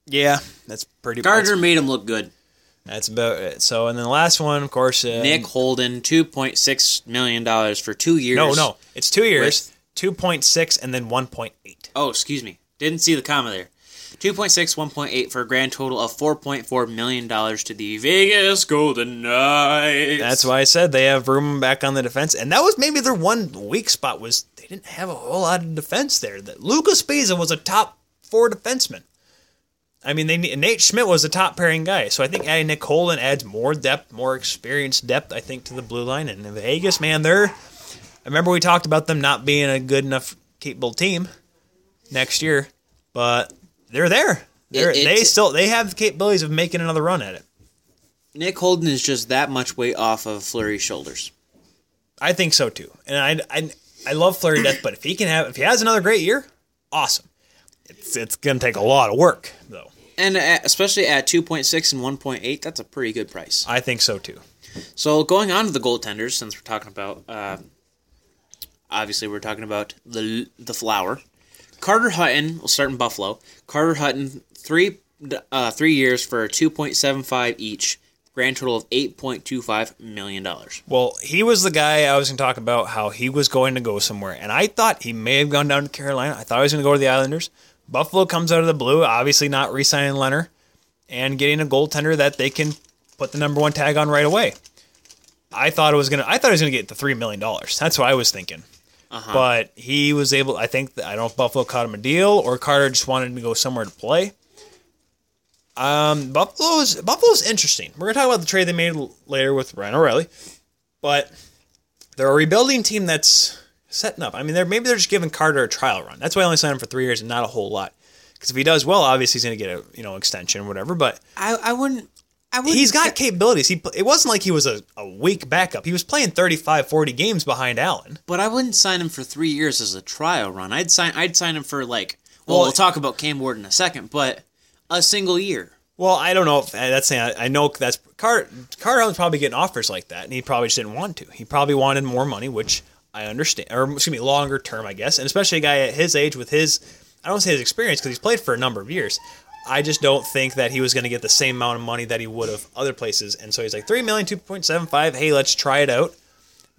Yeah, that's pretty.
Gardner made him look good.
That's, that's about it. So, and then the last one, of course, uh,
Nick Holden, two point six million dollars for two years.
No, no, it's two years, two point six, and then one point eight.
Oh, excuse me. Didn't see the comma there. 2.6, 1.8 for a grand total of $4.4 million to the Vegas Golden Knights.
That's why I said they have room back on the defense, and that was maybe their one weak spot was they didn't have a whole lot of defense there. That Lucas Pisa was a top four defenseman. I mean, they need- Nate Schmidt was a top pairing guy, so I think adding Nick Holden adds more depth, more experienced depth, I think, to the blue line. And in Vegas, man, they're. I remember we talked about them not being a good enough capable team next year, but they're there. They're,
It-
they
it's-
still they have the capabilities of making another run at it.
Nick Holden is just that much weight off of Fleury's shoulders.
I think so too. And I I, I love Flurry to death, but if he can have if he has another great year, awesome. It's it's gonna take a lot of work though.
And at, especially at 2.6 and 1.8, that's a pretty good price.
I think so too.
So going on to the goaltenders, since we're talking about, uh, obviously we're talking about the the flower. Carter Hutton. We'll start in Buffalo. Carter Hutton, three uh, three years for two point seven five each, grand total of eight point two five million dollars.
Well, he was the guy I was going to talk about how he was going to go somewhere, and I thought he may have gone down to Carolina. I thought he was going to go to the Islanders. Buffalo comes out of the blue, obviously not re-signing Leonard and getting a goaltender that they can put the number one tag on right away. I thought it was gonna. I thought he was gonna get the three million dollars. That's what I was thinking. But he was able. I think I don't know if Buffalo caught him a deal or Carter just wanted him to go somewhere to play. Um, Buffalo's Buffalo's interesting. We're gonna talk about the trade they made l- later with Ryan O'Reilly but they're a rebuilding team that's setting up. I mean, they're maybe they're just giving Carter a trial run. That's why I only signed him for three years and not a whole lot. Because if he does well, obviously he's going to get a you know extension or whatever. But
I I wouldn't. I would.
he's got capabilities. He pl- it wasn't like he was a, a weak backup. He was playing 35, 40 games behind Allen.
but I wouldn't sign him for three years as a trial run. I'd sign. I'd sign him for like. Well,
Well,
we'll talk about Cam Ward in a second, but a single year.
Well, I don't know if uh, that's saying I, I know that's Carter. Carter was probably getting offers like that, and he probably just didn't want to. He probably wanted more money, which I understand, or excuse me, longer term, I guess, and especially a guy at his age with his, I don't say his experience because he's played for a number of years. I just don't think that he was going to get the same amount of money that he would have other places, and so he's like three million, two point seven five. Hey, let's try it out,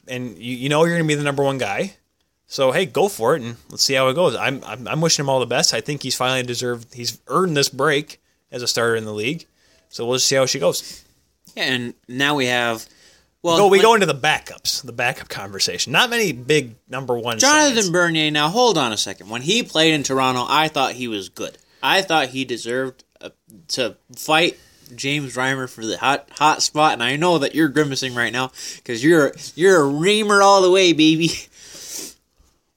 and you, you know you're going to be the number one guy. So hey, go for it and let's see how it goes. I'm, I'm I'm wishing him all the best. I think he's finally deserved. He's earned this break as a starter in the league. So we'll just see how she goes.
Yeah, and now we have. Well,
Go we
when-
go into the backups, the backup conversation. Not many big number one.
Jonathan
signings.
Bernier. Now hold on a second. When he played in Toronto, I thought he was good. I thought he deserved uh, to fight James Reimer for the hot hot spot. And I know that you're grimacing right now because you're you're a Reimer all the way, baby.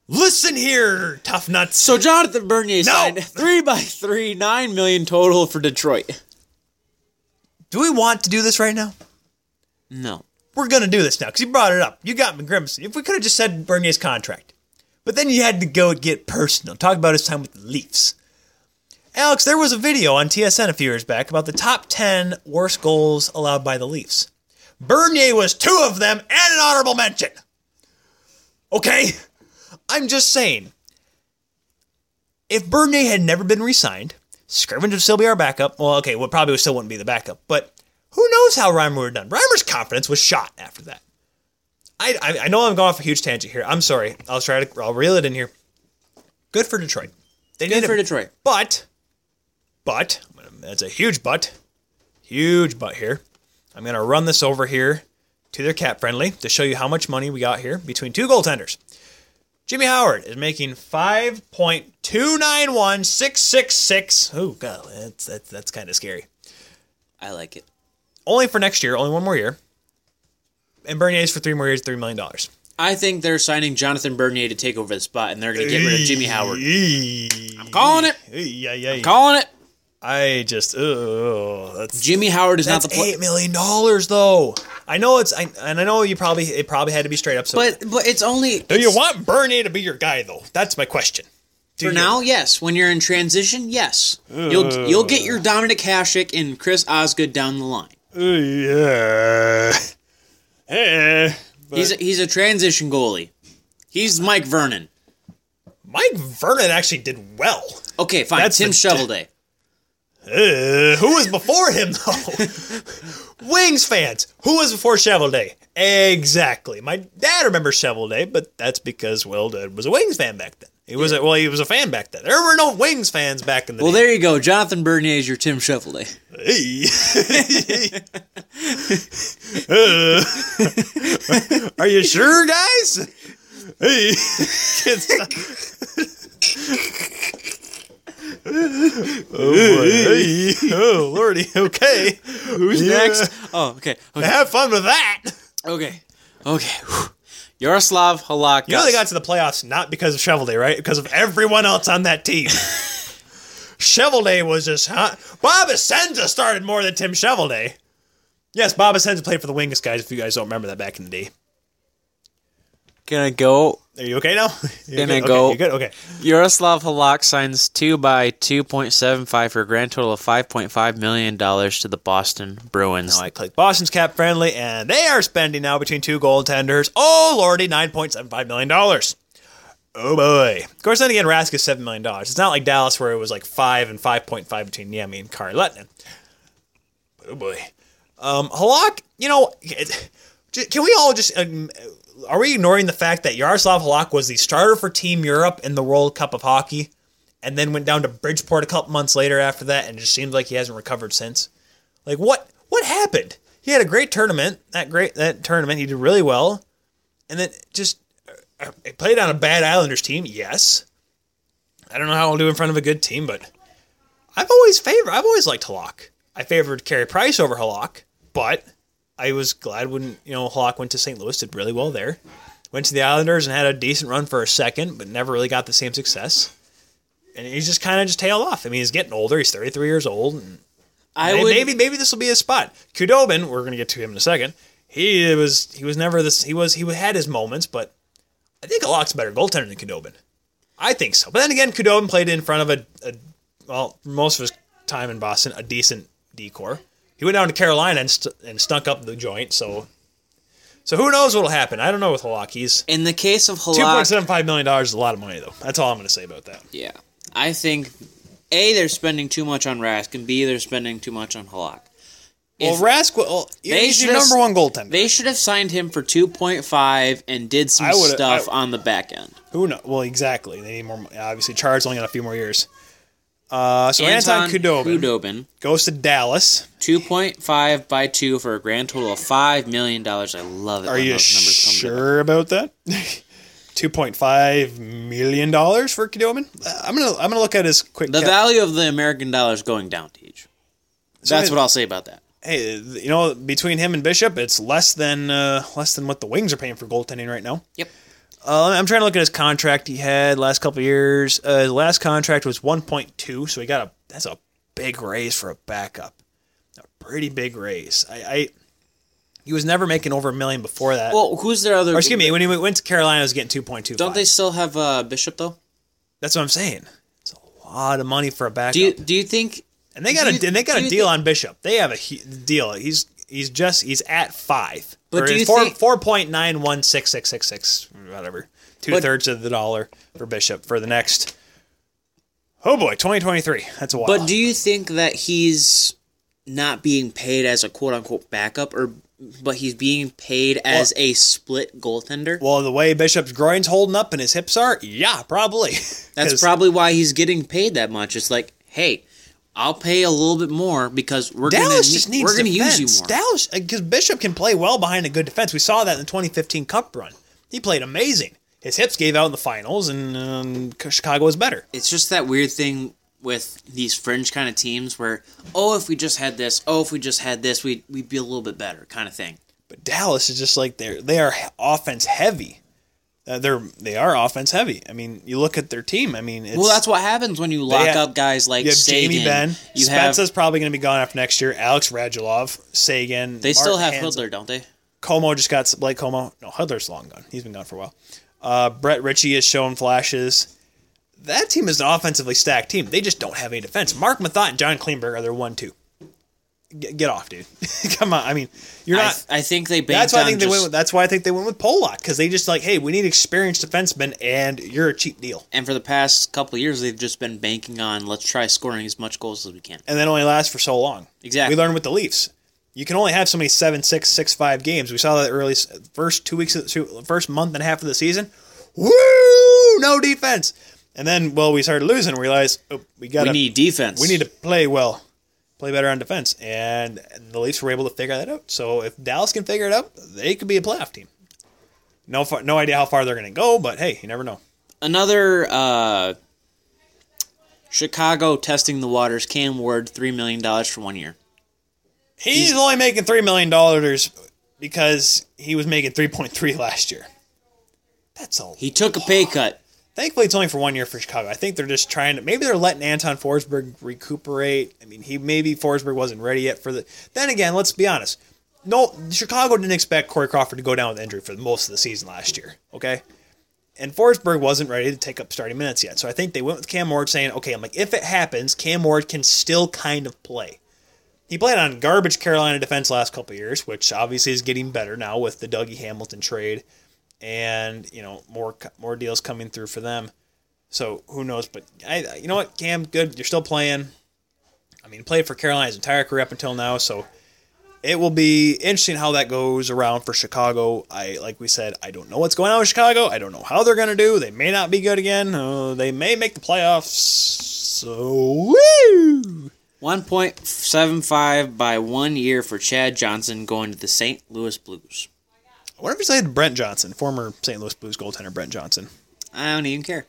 Listen here, tough nuts.
So Jonathan Bernier
No!
signed three by three, nine million total for Detroit.
do we want to do this right now?
No,
We're gonna do this now because you brought it up. You got me grimacing. If we could have just said Bernier's contract, but then you had to go get personal. Talk about his time with the Leafs. Alex, there was a video on TSN a few years back about the top 10 worst goals allowed by the Leafs. Bernier was two of them and an honorable mention. Okay? I'm just saying. If Bernier had never been re signed, Scrivens would still be our backup. Well, okay, well, probably still wouldn't be the backup, but who knows how Reimer would have done. Reimer's confidence was shot after that. I, I, I know I'm going off a huge tangent here. I'm sorry. I'll try to, I'll reel it in here. Good for Detroit. They
good
need
for
to-
Detroit.
but, but, I'm gonna- that's a huge but, huge but here. I'm going to run this over here to their cap friendly to show you how much money we got here between two goaltenders. Jimmy Howard is making five point two nine one six six six. Oh god, that's that's, that's kind of scary.
I like it.
Only for next year, only one more year. And Bernier's for three more years, three million dollars.
I think they're signing Jonathan Bernier to take over the spot, and they're going to get rid of Jimmy Howard.
I'm
Calling it,
Yeah, yeah.
calling it.
I just, oh, that's
Jimmy Howard is
That's
not the player.
eight million dollars, though. I know it's, I, and I know you probably it probably had to be straight up. So,
But but it's only
do you want Bernie to be your guy, though? That's my question. Do
For
you?
now, yes. When you're in transition, yes. You'll you'll get your Dominic Hasek and Chris Osgood down the line.
yeah. Eh.
he's a, he's a transition goalie. He's Mike Vernon.
Mike Vernon actually did well.
Okay, fine.
That's
Tim
the-
Shovelday.
Uh, who was before him though? Wings fans. Who was before Shovel Day? Exactly. My dad remembers Shovel Day, but that's because well, Dad was a Wings fan back then. He was a, well, he was a fan back then. There were no Wings fans back in the
Well,
day.
there you go. Jonathan Bernier is your Tim Shovelday.
Uh, are you sure, guys? Hey, Can't stop. oh, boy. Hey. oh lordy. Okay, who's
Next. Oh, okay. Okay.
Have fun with that.
Okay. Okay. Whew. Yaroslav Halak.
You know they got to the playoffs not because of Shovel Day, right? Because of everyone else on that team. Shovel Day was just huh? Bob Asenza started more than Tim Shovel Day. Yes, Bob Asenza played for the Wings, guys. If you guys don't remember that back in the day,
gonna go.
are you okay now? You're
Gonna
good? Okay,
go-
you're good. Okay.
Yaroslav Halak signs two by two point seven five for a grand total of five point five million dollars to the Boston Bruins.
Now I click Boston's cap friendly, and they are spending now between two goaltenders. Oh lordy, nine point seven five million dollars. Oh boy. Of course, then again, Rask is seven million dollars. It's not like Dallas where it was like five and five point five between Yami and Kari Lettinen. Oh boy. Um, Halak, you know, it- j- can we all just um, are we ignoring the fact that Yaroslav Halak was the starter for Team Europe in the World Cup of Hockey, and then went down to Bridgeport a couple months later after that, and it just seems like he hasn't recovered since. Like what what happened? He had a great tournament. That great that tournament he did really well, and then just uh, he played on a bad Islanders team. Yes, I don't know how I'll do in front of a good team, but I've always favored. I've always liked Halak. I favored Carey Price over Halak, but I was glad when you know Halak went to St. Louis, did really well there. Went to the Islanders and had a decent run for a second, but never really got the same success. And he's just kind of just tailed off. I mean, he's getting older. He's 33 years old, and
I
May-
would.
maybe maybe this will be a spot. Kudobin, we're gonna get to him in a second. He was he was never this. He was he had his moments, but I think Alak's a better goaltender than Kudobin. I think so. But then again, Kudobin played in front of a, a well most of his time in Boston a decent decor. He went down to Carolina and, st- and stunk up the joint. So so who knows what'll happen? I don't know with Halak. He's
In the case of
two point
Halak,
seven five million dollars is a lot of money though. That's all I'm gonna say about that.
Yeah. I think A, they're spending too much on Rask, and B, they're spending too much on Halak.
Well,
If-
Rask, well,
They
he's your
should've-
number one goaltender.
They should have signed him for 2.5 and did some
I would've-
stuff
I-
on the back end.
Who knows? Well, exactly. They need more. mo- Obviously, Chard's only got a few more years. Uh, so Anton, Kudobin,
Kudobin,
goes to Dallas.
2.5 by 2 for a grand total of $5 million. I love it
Are
when
you
those numbers come together.
sure about that? Two point five million dollars for Kudobin. Uh, I'm gonna I'm gonna look at his quick.
The
cap-
value of the American dollar is going down, Teach. That's
it-
what I'll say about that.
hey, you know, between him and Bishop, it's less than uh, less than what the Wings are paying for goaltending right now.
Yep.
Uh, I'm trying to look at his contract he had last couple of years. Uh, his last contract was 1.2, so he got a that's a big raise for a backup, a pretty big raise. I, I he was never making over a million before that.
Well, who's their other?
or excuse me, when he went to Carolina, he was getting 2.2.
Don't they still have uh, Bishop though?
That's what I'm saying. It's a lot of money for a backup.
Do you do you think?
and they got
do
a
you-
and they got
do
a
you
deal
thi-
on Bishop. They have a he, deal. He's he's just he's at five.
But
Or
do
it's
you
four
think-
four point nine one six six six six whatever two thirds of the dollar for Bishop for the next. Oh boy, twenty twenty three. That's a while.
But do you think that he's not being paid as a quote unquote backup, or but he's being paid as a split goaltender?
well, the way Bishop's groin's holding up and his hips are, yeah, probably.
That's
'Cause
probably why he's getting paid that much. It's like, hey, I'll pay a little bit more because we're gonna
Dallas
ne-
just needs
we're gonna
defense.
use you more.
Dallas because Bishop can play well behind a good defense. We saw that in the 2015 Cup run. He played amazing. His hips gave out in the finals, and um, Chicago was better.
it's just that weird thing with these fringe kind of teams where oh if we just had this oh if we just had this we'd, we'd be a little bit better kind of thing
But Dallas is just like they're they are offense heavy. Uh, they're they are offense heavy. I mean, you look at their team. I mean, it's,
well that's what happens when you lock
have-
up guys like
you have
Sagan
Jamie Ben.
you have
Spencer's probably going to be gone after next year. Alex Radulov, Sagan.
they still have
Hansel.
Hitler don't they
Como just got Blake Como. No, Hudler's long gone. He's been gone for a while. Uh, Brett Ritchie has shown flashes. That team is an offensively stacked team. They just don't have any defense. Mark Mathot and John Kleinberg are their one two. g- get off, dude. Come on. I mean, you're
I,
not.
th- I think they banked
that's why I
on
think they
just,
went. With, that's why I think they went with Pollock because they just like, hey, we need experienced defensemen, and you're a cheap deal.
and for the past couple of years they've just been banking on let's try scoring as much goals as we can.
and that only lasts for so long.
Exactly.
We learned with the Leafs. You can only have so many seven, six, six, five games. We saw that early s- first two weeks, of, two- first month and a half of the season. Woo! No defense. And then, well, we started losing. and Realized oh, we got
We need defense.
we need to play well, play better on defense. And the Leafs were able to figure that out. So if Dallas can figure it out, they could be a playoff team. No, fa- no idea how far they're going to go, but hey, you never know.
another uh, Chicago testing the waters. Cam Ward, three million dollars for one year.
He's, only making three million dollars because he was making three point three last year. That's all.
He took a pay cut.
Thankfully, it's only for one year for Chicago. I think they're just trying to. Maybe they're letting Anton Forsberg recuperate. I mean, he maybe Forsberg wasn't ready yet for the. Then again, let's be honest. No, Chicago didn't expect Corey Crawford to go down with injury for most of the season last year. Okay, and Forsberg wasn't ready to take up starting minutes yet. So I think they went with Cam Ward, saying, "Okay, I'm like, if it happens, Cam Ward can still kind of play." He played on garbage Carolina defense last couple of years, which obviously is getting better now with the Dougie Hamilton trade, and you know more more deals coming through for them. So who knows? But I, you know what, Cam, good, you're still playing. I mean, played for Carolina's entire career up until now, so it will be interesting how that goes around for Chicago. I, like we said, I don't know what's going on with Chicago. I don't know how they're going to do. They may not be good again. Uh, they may make the playoffs. So woo!
One point seven five by one year for Chad Johnson going to the St. Louis Blues.
I wonder if it's had Brent Johnson, former St. Louis Blues goaltender Brent Johnson.
I don't even care.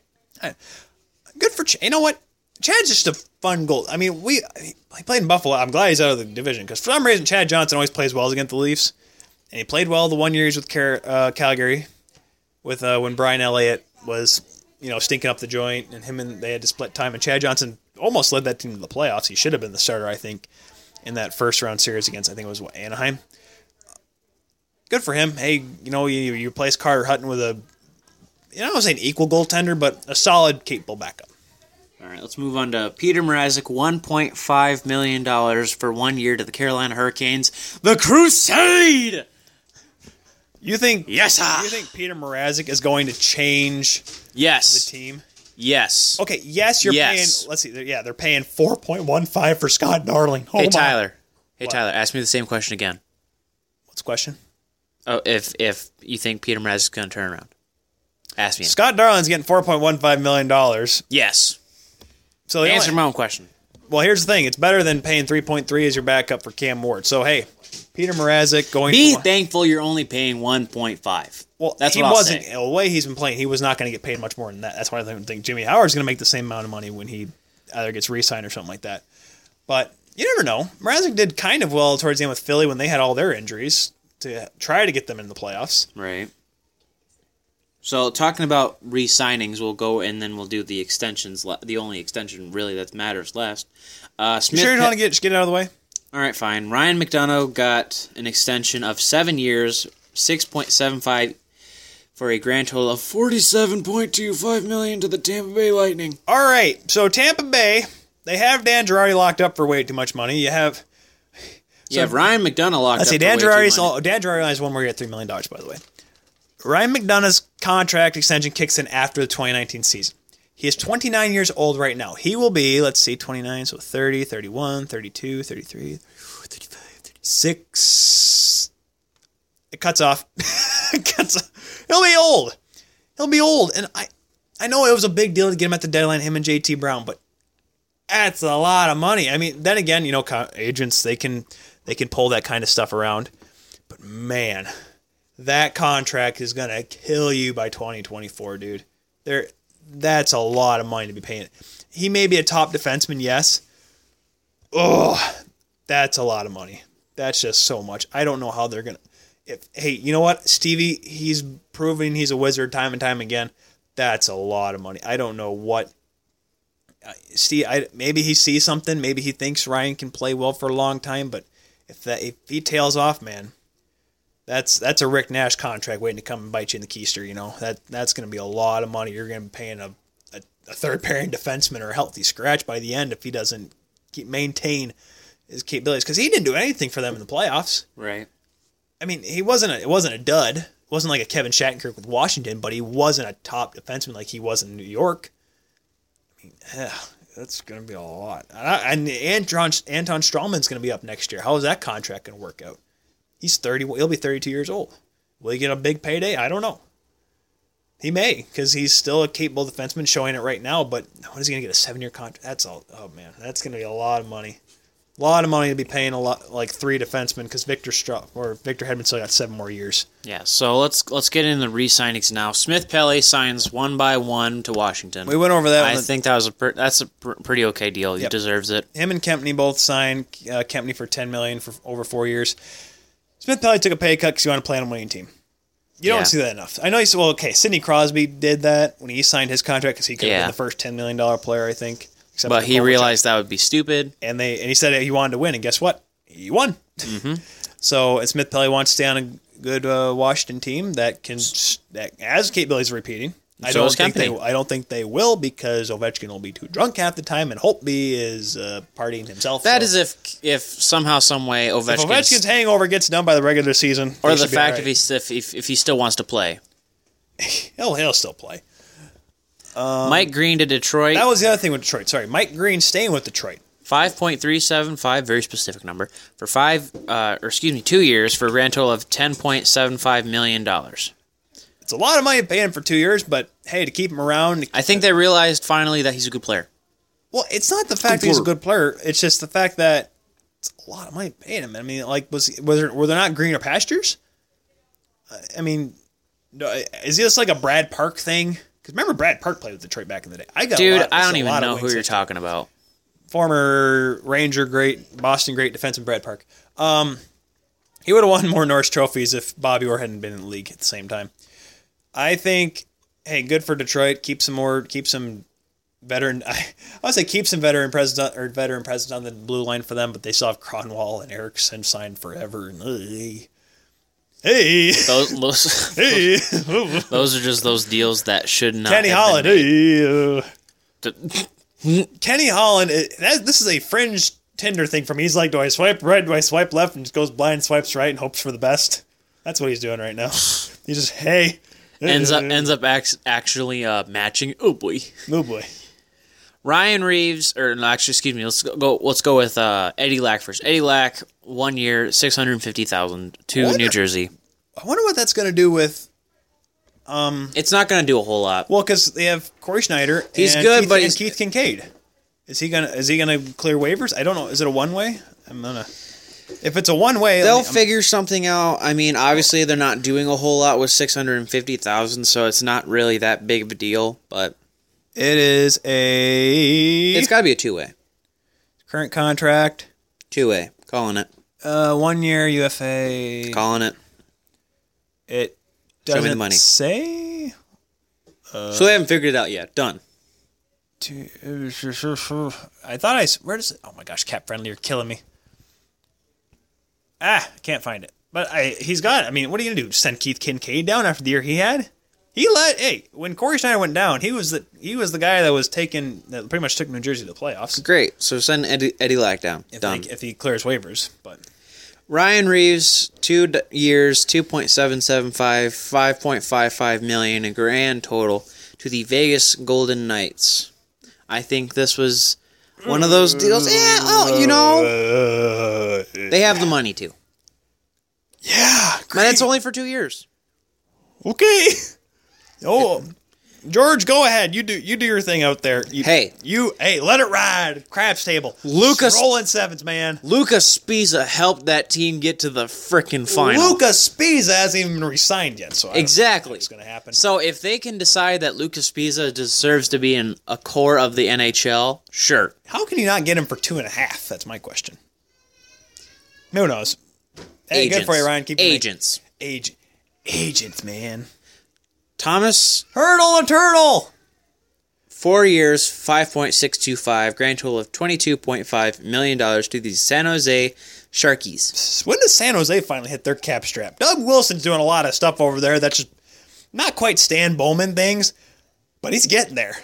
Good for Ch- you know what? Chad's just a fun goal. I mean, we he played in Buffalo. I'm glad he's out of the division because for some reason Chad Johnson always plays well against the Leafs, and he played well the one year he was with Car- uh, Calgary, with uh, when Brian Elliott was you know stinking up the joint, and him and they had to split time. And Chad Johnson almost led that team to the playoffs. He should have been the starter, I think, in that first round series against I think it was what, Anaheim. Good for him. Hey, you know you you replace Carter Hutton with a you know I was saying equal goaltender, but a solid capable backup.
All right, let's move on to Peter Mrazek, one point five million dollars for one year to the Carolina Hurricanes. The Crusade.
You think
Yes, sir.
You think Peter Mrazek is going to change the
Yes,
team?
yes.
Okay, yes, you're
Yes.
paying. Let's see. they're- Yeah, they're paying four point one five for Scott Darling. Oh
hey
my-
Tyler. Hey Tyler, ask me the same question again.
What's the question?
Oh, if if you think Peter Mrazek is going to turn around, ask me.
Scott Darling's getting four point one five million dollars.
yes.
So the
Answer my
only,
own question.
well, here's the thing: it's better than paying three point three as your backup for Cam Ward. So hey, Peter Mrazek going.
Be
for,
thankful you're only paying 1.5.
well,
that's
he
what I'll
wasn't.
say.
The way he's been playing, he was not going to get paid much more than that. That's why I don't think Jimmy Howard's going to make the same amount of money when he either gets re-signed or something like that. But you never know. Mrazek did kind of well towards the end with Philly when they had all their injuries to try to get them in the playoffs.
Right. So talking about re-signings, we'll go and then we'll do the extensions. Le- the only extension really that matters left. Uh,
You
Smith.
sure you don't want to get just get it out of the way?
All right, fine. Ryan McDonough got an extension of seven years, six point seven five, for a grand total of forty-seven point two five million to the Tampa Bay Lightning.
All right. So Tampa Bay, they have Dan Girardi locked up for way too much money. You have
Yeah, Ryan McDonough locked
let's
up.
see,
for
Dan
way too
Girardi's
much.
all, Dan Girardi only has one more year at three million dollars. By the way, Ryan McDonough's contract extension kicks in after the 2019 season. He is 29 years old right now. He will be, let's see, 29, so 30, 31, 32, 33, 35, 36. It cuts off. it cuts off. He'll be old. He'll be old. And I, I know it was a big deal to get him at the deadline, him and JT Brown, but that's a lot of money. I mean, then again, you know, co- agents they can they can pull that kind of stuff around. But man, that contract is gonna kill you by 2024, dude. There, that's a lot of money to be paying. He may be a top defenseman, yes. Oh, that's a lot of money. That's just so much. I don't know how they're gonna. If hey, you know what, Stevie, he's proving he's a wizard time and time again. That's a lot of money. I don't know what see I, maybe he sees something maybe he thinks ryan can play well for a long time but if that if he tails off man that's that's a rick nash contract waiting to come and bite you in the keister you know that that's going to be a lot of money you're going to be paying a, a, a third pairing defenseman or a healthy scratch by the end if he doesn't keep, maintain his capabilities because he didn't do anything for them in the playoffs.
Right.
I mean, he wasn't a, it wasn't a dud. It wasn't like a Kevin Shattenkirk with Washington, but he wasn't a top defenseman like he was in New York. I mean, eh, that's going to be a lot. And, I, and Anton, Anton Strawman's going to be up next year. How is that contract going to work out? He's 30. He'll be 32 years old. Will he get a big payday? I don't know. He may because he's still a capable defenseman showing it right now. But when is he going to get a seven-year contract? That's all. Oh man, that's going to be a lot of money. A lot of money to be paying a lot like three defensemen because Victor Stra- or Victor Hedman still got seven more years.
Yeah. So let's let's get into the re-signings now. Smith Pele signs one by one to Washington.
We went over that.
I
one.
think that was a per- that's a pr- pretty okay deal. He
Yep.
deserves it.
him and Kempney both signed uh, Kempney for ten million for over four years. Smith Pelly took a pay cut because he wanted to play on a winning team. You
Yeah.
don't see that enough. I know he's well. Okay, Sidney Crosby did that when he signed his contract because he could have
Yeah.
been the first ten million dollar player, I think. Except
But
for
he
Kovalchuk.
realized that would be stupid.
and they and he said he wanted to win, and guess what? He won.
Mm-hmm.
so and Smith Pelly wants to stay on a good uh, Washington team that can that as Kate Billy's repeating. I
So
don't
is
think they.
Kempney.
I don't think they will because Ovechkin will be too drunk half the time, and Holtby is uh, partying himself.
That
so-
is if if somehow some way
if
Ovechkin
Ovechkin's hangover gets done by the regular season,
or
they
the
should be
fact
all
if
right.
he's if, if if he still wants to play.
he'll he'll still play.
Mike Green to Detroit.
That was the other thing with Detroit. Sorry, Mike Green staying with Detroit.
Five point three seven five, very specific number for five, uh, or excuse me, two years for a grand total of ten point seven five million dollars.
It's a lot of money paying him for two years, but hey, to keep him around.
I think they realized finally that he's a good player.
Well, it's not the fact that he's a good player. It's just the fact that it's a lot of money paying him. I mean, like was was there, were there not greener pastures? I- I mean, no, is this like a Brad Park thing? Because remember, Brad Park played with Detroit back in the day. I got a
Dude,
lot-
I
this is
don't
a
even
lot of
know who
wings
you're
history.
talking about.
former Ranger great, Boston great defenseman Brad Park. Um, he would have won more Norris trophies if Bobby Orr hadn't been in the league at the same time. I think, hey, good for Detroit. Keep some more, keep some veteran. I, I would say keep some veteran presence on- or veteran presence on the blue line for them, but they still have Cronwall and Erickson signed forever. And, hey, hey,
Those those,
hey,
those are just those deals that should not.
Kenny
have been
Holland. Hey, uh.
made.
Kenny Holland, uh, that, this is a fringe Tinder thing from he's like, do I swipe right? Do I swipe left? And just goes blind, swipes right, and hopes for the best. That's what he's doing right now. He's just, hey, Uh,
ends up ends up act, actually uh, matching. Oh boy,
oh boy.
Ryan Reeves, or no, actually, excuse me. Let's go. Let's go with uh, Eddie Lack first. Eddie Lack, one year, six hundred fifty thousand to
What?
New Jersey.
I wonder what that's going to do with.
It's not going to do a whole lot.
Well, because they have Corey Schneider.
He's
and
good,
Keith,
but
and
he's-
Keith Kincaid. Is he gonna is he gonna clear waivers? I don't know. Is it a one way? I'm gonna. If it's a one way,
They'll figure something out. I mean, obviously they're not doing a whole lot with six hundred and fifty thousand, so it's not really that big of a deal. But
it is a
it's got to be a two way,
current contract,
two way. Calling it,
uh, one year UFA.
calling it.
It
me the
doesn't
money.
say.
so they haven't figured it out yet. Done.
To, I thought I s- where does it? Oh my gosh, cat friendly, you're killing me. Ah, I can't find it. But I he's got. it. I mean, what are you gonna do? Send Keith Kincaid down after the year he had? He let hey when Corey Schneider went down, he was the he was the guy that was taking that pretty much took New Jersey to the playoffs.
Great. So send Eddie, Eddie Lack down.
If,
Done.
They, if he clears waivers, but
Ryan Reeves, two d- years, 2.775, 5.55 million in grand total to the Vegas Golden Knights. I think this was one of those deals. Yeah, oh, you know,
uh,
they have the money to.
yeah,
But that's only for two years.
Okay. Oh, George, go ahead. You do you do your thing out there. You,
Hey.
you hey, let it ride. Craps table.
Lucas-
rolling sevens, man.
Lucas Spiza helped that team get to the frickin' final.
Lucas Spies hasn't even resigned yet, so I don't
Exactly.
think it's gonna happen.
So if they can decide that Lucas Spiza deserves to be in a core of the NHL, sure.
How can you not get him for two and a half? That's my question. Who knows? Hey,
agents.
good for you, Ryan. Keep your
agents.
name- Age, agents, man.
Thomas
Hurdle and turtle.
four years, five point six two five, grand total of twenty two point five million dollars to the San Jose Sharkies.
When does San Jose finally hit their cap strap? Doug Wilson's doing a lot of stuff over there that's just not quite Stan Bowman things, but he's getting there.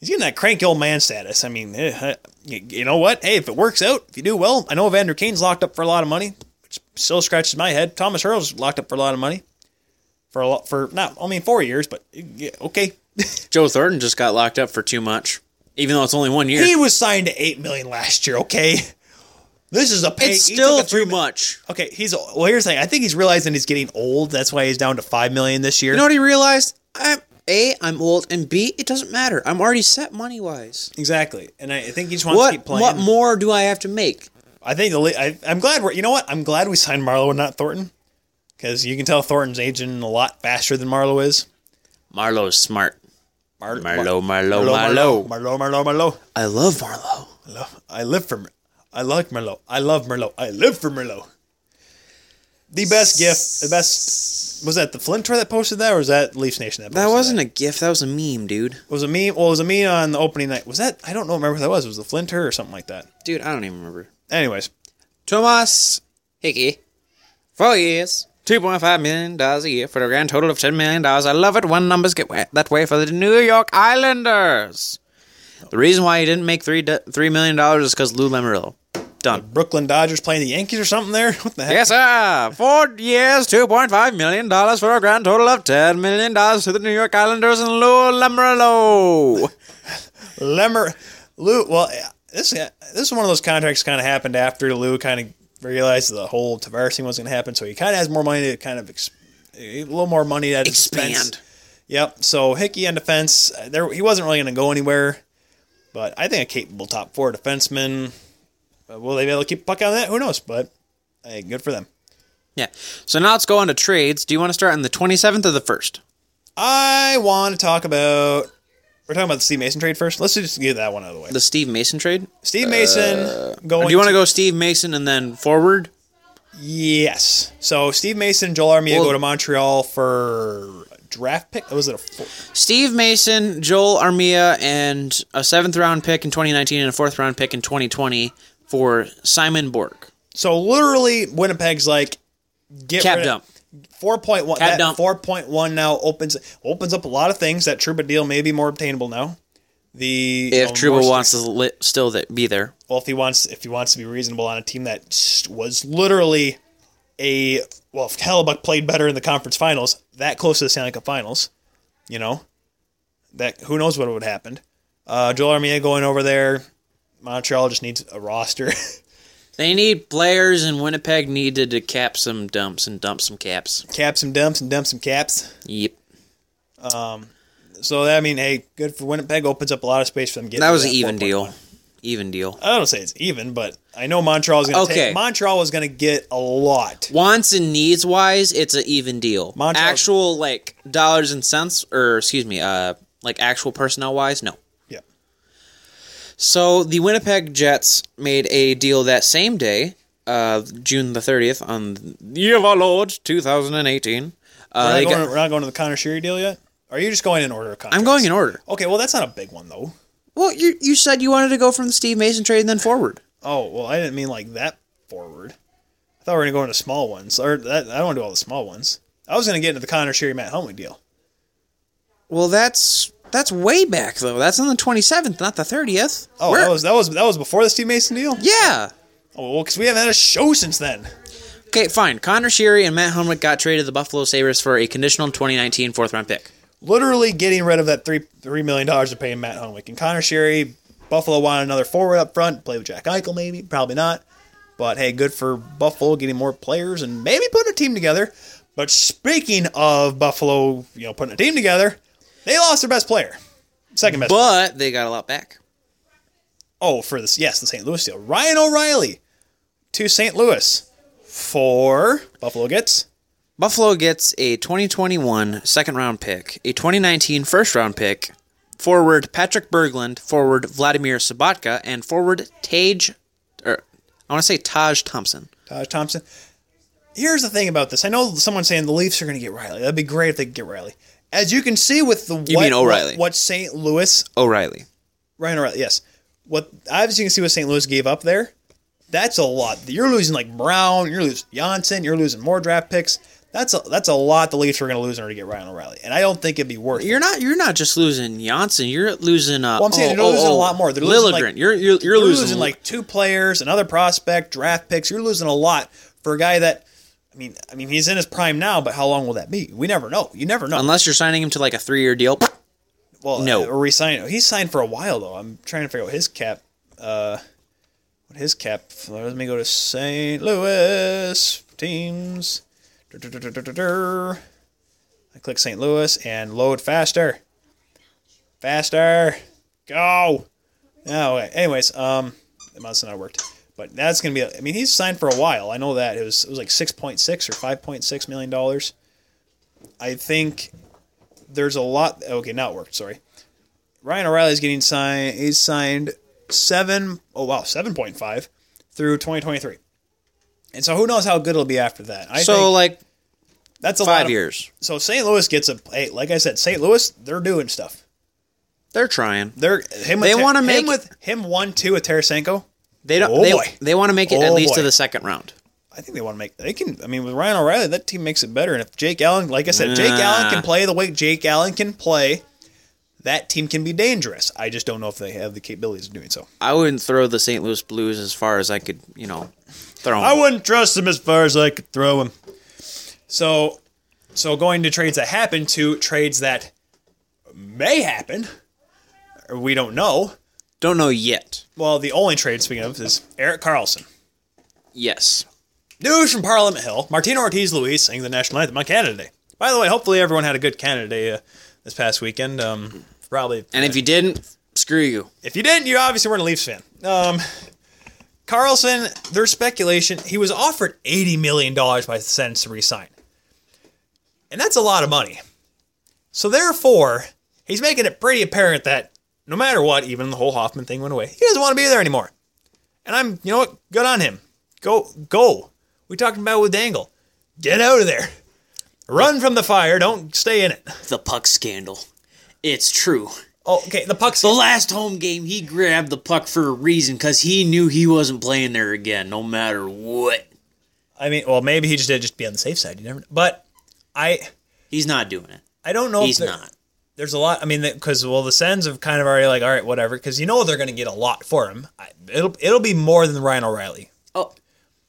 He's getting that cranky old man status. I mean, eh, huh, you, you know what? Hey, if it works out, if you do well, I know Evander Kane's locked up for a lot of money, which still scratches my head. Thomas Hurl's locked up for a lot of money for a lot for not I mean four years, but yeah, okay.
Joe Thornton just got locked up for too much, even though it's only one year.
He was signed to eight million last year. Okay, this is a pay.
it's
he took
still
a three
too
mi-
much.
Okay, he's well. Here's the thing. I think he's realizing he's getting old. That's why he's down to five million this year.
You know what he realized? I'm a. I'm old, and B. It doesn't matter. I'm already set money wise.
exactly. And I, I think he just wants to
What
keep playing.
what more do I have to make?
I think the le- I, I'm glad we're. You know what? I'm glad we signed Marlowe and not Thornton, because you can tell Thornton's aging a lot faster than Marlowe is.
Marlowe's smart.
Mar-
Marlowe, Marlowe, Marlowe.
Marlowe, Marlowe, Marlowe, Marlowe.
I love Marlowe.
I love. I live for. Mer- I like Merlot. I love Merlot. I live for Merlot. The best gift. The best. Was that the Flint tour that posted that, or was that Leafs Nation that? Posted
That wasn't a gift. That was a meme, dude.
It was a meme. Well, it was a meme on the opening night. Was that? I don't know. Remember what that was? It was the Flint tour or something like that.
Dude, I don't even remember.
Anyways,
Thomas Hickey, four years, two point five million dollars a year for a grand total of ten million dollars. I love it when numbers get wet that way for the New York Islanders. The reason why he didn't make three do- three million dollars is because Lou Lamarillo. Done.
Brooklyn Dodgers playing the Yankees or something there. What the heck?
Yes, sir. Four years, two point five million dollars for a grand total of ten million dollars to the New York Islanders and Lou Lamarillo.
Lemmer, Lou. Well, eh, this this is one of those contracts kind of happened after Lou kind of realized the whole Tavares thing was going to happen, so he kind of has more money to kind of ex, a little more money at his expense.
Expand.
Yep. So Hickey on defense, uh, there he wasn't really going to go anywhere, but I think a capable top four defenseman. Uh, will they be able to keep puck on that? Who knows? But hey, good for them.
Yeah. So now let's go on to trades. Do you want to start on the twenty seventh or the first?
I want to talk about. We're talking about the Steve Mason trade first. Let's just get that one out of the way.
The Steve Mason trade.
Steve Mason going.
Uh, Do you want to go Steve Mason and then forward?
Yes. So Steve Mason, and Joel Armia
Well-
go to Montreal for a draft pick. Was it a? Four?
Steve Mason, Joel Armia, and a seventh round pick in 2019 and a fourth round pick in 2020 for Simon Bork.
So literally, Winnipeg's like get
Cap
rid
dump.
Four point one.
Cap
That
dump.
four point one now opens opens up a lot of things. That Truba deal may be more obtainable now. The um, you
If
know,
Truba
Oh, more-
wants to li- still th- be there,
well, if he wants, if he wants to be reasonable on a team that s- was literally a well, if Hellebuck played better in the conference finals, that close to the Stanley Cup Finals, you know, that who knows what would have happened. Uh, Joel Armia going over there. Montreal just needs a roster.
they need players, and Winnipeg needed to cap some dumps and dump some caps.
cap some dumps and dump some caps.
Yep.
So that I mean, hey, good for Winnipeg. Opens up a lot of space for them. Getting
That was
to
an even
4.1.
deal. Even deal.
I don't say it's even, but I know Montreal's going to
Okay.
take. Montreal was going to get a lot.
Wants and needs wise, it's an even deal.
Montreal-
Actual, like, dollars and cents, or excuse me, uh, like actual personnel wise, no.
Yeah.
So the Winnipeg Jets made a deal that same day, uh, June the 30th, on the year of our Lord 2018. Uh,
We're not,
they
going,
got-
we're not going to the Connor Sheary deal yet. Are you just going in order of contracts?
I'm going in order.
Okay, well, that's not a big one though.
Well, you you said you wanted to go from the Steve Mason trade and then forward.
Oh well, I didn't mean like that forward. I thought we were gonna go into small ones, or that, I don't want to do all the small ones. I was gonna get into the Connor Sherry Matt Helming deal.
Well, that's that's way back though. That's on the 27th, not the 30th.
Oh,
Where-
that was that was that was before the Steve Mason deal.
yeah.
Oh, well, because we haven't had a show since then.
Okay, fine. Connor Sheary and Matt Helmrich got traded to the Buffalo Sabres for a conditional 2019 fourth round pick.
Literally getting rid of that three three million dollars to pay Matt Helming and Connor Sherry. Buffalo wanted another forward up front. Play with Jack Eichel, maybe, probably not. But hey, good for Buffalo getting more players and maybe putting a team together. But speaking of Buffalo, you know, putting a team together, they lost their best player, second best.
But they got a lot back.
Oh, for this, yes, the St. Louis deal. Ryan O'Reilly to St. Louis for Buffalo gets
Buffalo gets a 2021 second round pick, a 2019 first round pick, forward Patrick Berglund, forward Vladimir Sabatka, and forward Tage, or I want to say Taj Thompson.
Taj uh, Thompson. Here's the thing about this. I know someone's saying the Leafs are going to get Riley. That'd be great if they could get Riley. As you can see with the
You
what,
mean O'Reilly.
what, what St. Louis
O'Reilly.
Ryan O'Reilly, yes. What obviously you can see what St. Louis gave up there. That's a lot. You're losing like Brown. You're losing Janssen. You're losing more draft picks. That's a that's a lot the Leafs are going to lose in order to get Ryan O'Reilly, and I don't think it'd be worth. it.
You're not. You're not just losing Janssen. You're losing. Uh,
Well, I'm saying
oh,
they're
oh,
losing a
oh,
lot more. They're
Lilligren.
losing, like-
you're you're, you're
You're
losing,
losing like two players, another prospect, draft picks. You're losing a lot for a guy that, I mean, I mean, he's in his prime now, but how long will that be? We never know. You never know.
unless you're signing him to like a three year deal.
well,
no.
uh, or resign. He's signed for a while though. I'm trying to figure out his cap. Uh, what his cap? Let me go to St. Louis teams. Dur-dur-dur-dur-dur-dur. I click St. Louis and load faster. Faster. Go. Oh, okay. Anyways, um, it must have not worked. But that's gonna be. I mean, he's signed for a while. I know that it was it was like six point six or five point six million dollars. I think there's a lot. Okay, now it worked. Sorry. Ryan O'Reilly's getting signed. He's signed seven. Oh wow, seven point five through 2023. And so who knows how good it'll be after that? I
So
think
like
that's a lot
five
of-
years.
so St. Louis gets a hey, like I said, St. Louis they're doing stuff.
They're trying.
They're him.
They
with Ter-
wanna
him
make-
with him one two with Tarasenko.
They don't.
Oh,
they
boy.
they want to make it at
Oh,
least to
boy.
the second round.
I think they want to make they can. I mean, with Ryan O'Reilly, that team makes it better. And if Jake Allen, like I said, if Jake Allen can play the way Jake Allen can play, that team can be dangerous. I just don't know if they have the capabilities of doing so.
I wouldn't throw the St. Louis Blues as far as I could. You know, throw. 'em.
I wouldn't trust him as far as I could throw him. So, so going to trades that happen to trades that may happen, or we don't know.
don't know yet.
Well, the only trade speaking of is Eric Carlson.
Yes.
News from Parliament Hill. Martino Ortiz Luis sang the national anthem on Canada Day. By the way, hopefully everyone had a good Canada Day uh, this past weekend. Um, probably.
And if you didn't, screw you.
If you didn't, you obviously weren't a Leafs fan. Um, Carlson, there's speculation. He was offered $80 million by the Sens to resign. And that's a lot of money. So therefore, he's making it pretty apparent that no matter what, even the whole Hoffman thing went away, he doesn't want to be there anymore. And I'm, you know what? Good on him. Go, go. We talked about it with Dangle. Get out of there. Run from the fire. Don't stay in it.
The puck scandal. It's true.
Oh, okay. The puck's
The last home game, he grabbed the puck for a reason because he knew he wasn't playing there again, no matter what.
I mean, well, maybe he just did just be on the safe side. You never. But I,
He's not doing it.
I don't know.
He's
if there-
not.
There's a lot. I mean, because well, the Sens have kind of already like, all right, whatever, because you know they're going to get a lot for him. I, it'll it'll be more than Ryan O'Reilly.
Oh,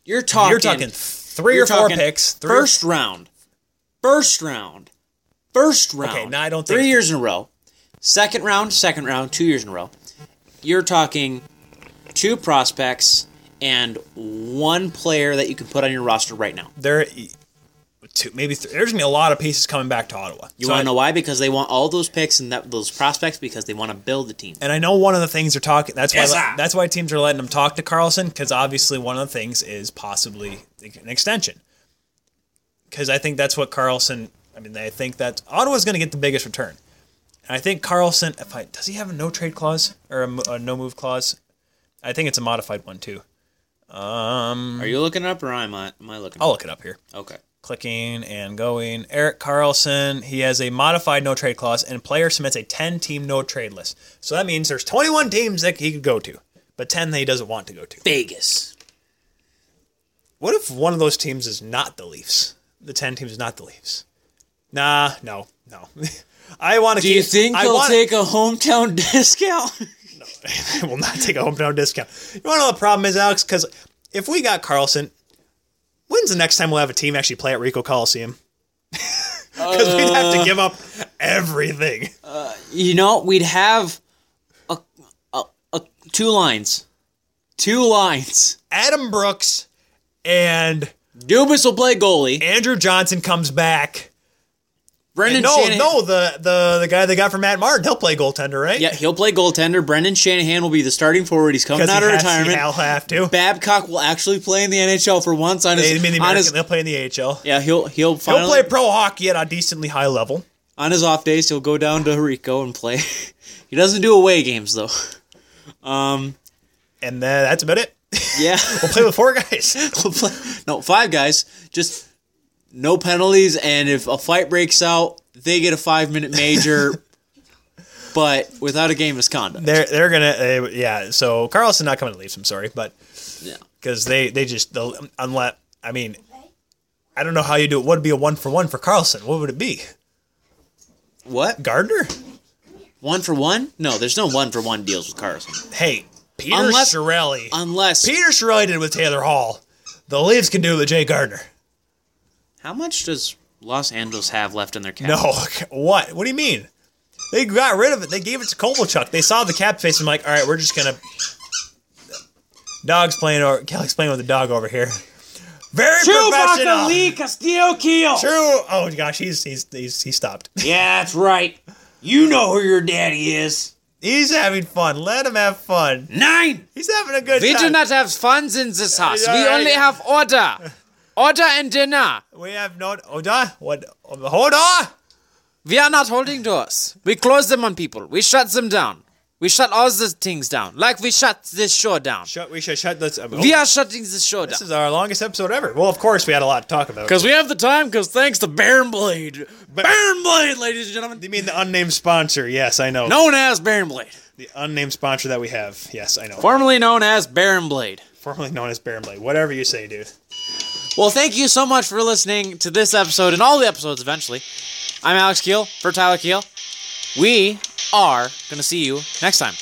you're talking.
You're talking 3
you're
or four
talking
picks. Three or-
First round. First round. First round.
now I don't
Three
think-
years in a row. Second round, second round, two years in a row. You're talking two prospects and one player that you can put on your roster right now.
there, two, maybe th- there's gonna be a lot of pieces coming back to Ottawa.
You
So
want
I-
to know why? Because they want all those picks and that, those prospects because they want to build the team.
And I know one of the things they're talking. That's why.
Yes, sir.
that's why teams are letting him talk to Carlson because obviously one of the things is possibly an extension. Because I think that's what Carlson. I mean, I think that Ottawa's going to get the biggest return. And I think Carlson. If I does he have a no trade clause or a, mo- a no move clause? I think it's a modified one too.
Are you looking it up or am I, am I looking?
I'll look it up here.
Okay.
Clicking and going. Eric Carlson. He has a modified no trade clause, and player submits a ten team no trade list. So that means there's twenty one teams that he could go to, but ten that he doesn't want to go to.
Vegas.
What if one of those teams is not the Leafs? The ten teams is not the Leafs. Nah, no, no. I want to.
Do you think
I
they'll
wanna-
take a hometown discount?
I will not take a hometown discount. You want to know what the problem is, Alex? Because if we got Carlson, when's the next time we'll have a team actually play at Rico Coliseum? Because we'd have
Uh.
to give up everything.
you know, we'd have a, a, a two lines. Two lines.
Adam Brooks and
Dubas will play goalie.
Andrew Johnson comes back.
Brendan
no,
Shanahan.
no, the, the the guy they got from Matt Martin, he'll play goaltender, right?
Yeah, he'll play goaltender. Brendan Shanahan will be the starting forward. He's coming
Because
out
he
of
has-
retirement.
He'll have to.
Babcock will actually play in the NHL for once on his.
They- I mean, the
on
American,
his
they'll play in the AHL.
yeah, he'll he'll
He'll
finally
play pro hockey at a decently high level.
on his off days. He'll go down to Rico and play. he doesn't do away games though.
And then that's about it.
Yeah.
We'll play with four guys.
We'll play- no, five guys. Just no penalties, and if a fight breaks out, they get a five minute major, but without a game misconduct.
They're they're gonna uh, yeah. So Carlson not coming to Leafs. I'm sorry, but
Yeah.
because they they just they'll unless I mean I don't know how you do it. What would be a one for one for Carlson? What would it be?
What?
Gardner?
One for one? No, there's no one for one deals with Carlson.
Hey, Peter
Unless-
Shirelli.
Unless
Peter Shirelli did it with Taylor Hall. The Leafs can do it with Jay Gardner.
how much does Los Angeles have left in their cap?
No, what? What do you mean? They got rid of it. They gave it to Kovalchuk. They saw the cap face and like, all right, we're just gonna. Dog's playing or Kelly's playing with the dog over here. Very professional.
Lee Castillo Keel.
True. Oh gosh, he's he's he's he stopped.
Yeah, that's right. You know who your daddy is.
He's having fun. Let him have fun.
Nine.
He's having a good
We do
time.
not have funds in this house.
Yeah,
we
yeah,
only
yeah.
have order. Order and dinner.
we have no Oda. What? Oda.
We are not holding doors. We close them on people. We shut them down. We shut all the things down. Like we shut this show down.
Shut. We should shut this.
We are shutting this show
This
down.
is our longest episode ever. Well, of course, we had a lot to talk about.
Because we have the time, because thanks to Baron Blade.
Baron Blade, ladies and gentlemen.
You mean the unnamed sponsor? Yes, I know.
Known as Baron Blade.
The unnamed sponsor that we have. Yes, I know.
Formerly known as Baron Blade.
formerly known as Baron Blade. Whatever you say, dude.
Well, thank you so much for listening to this episode and all the episodes eventually. I'm Alex Keel for Tyler Keel. We are going to see you next time.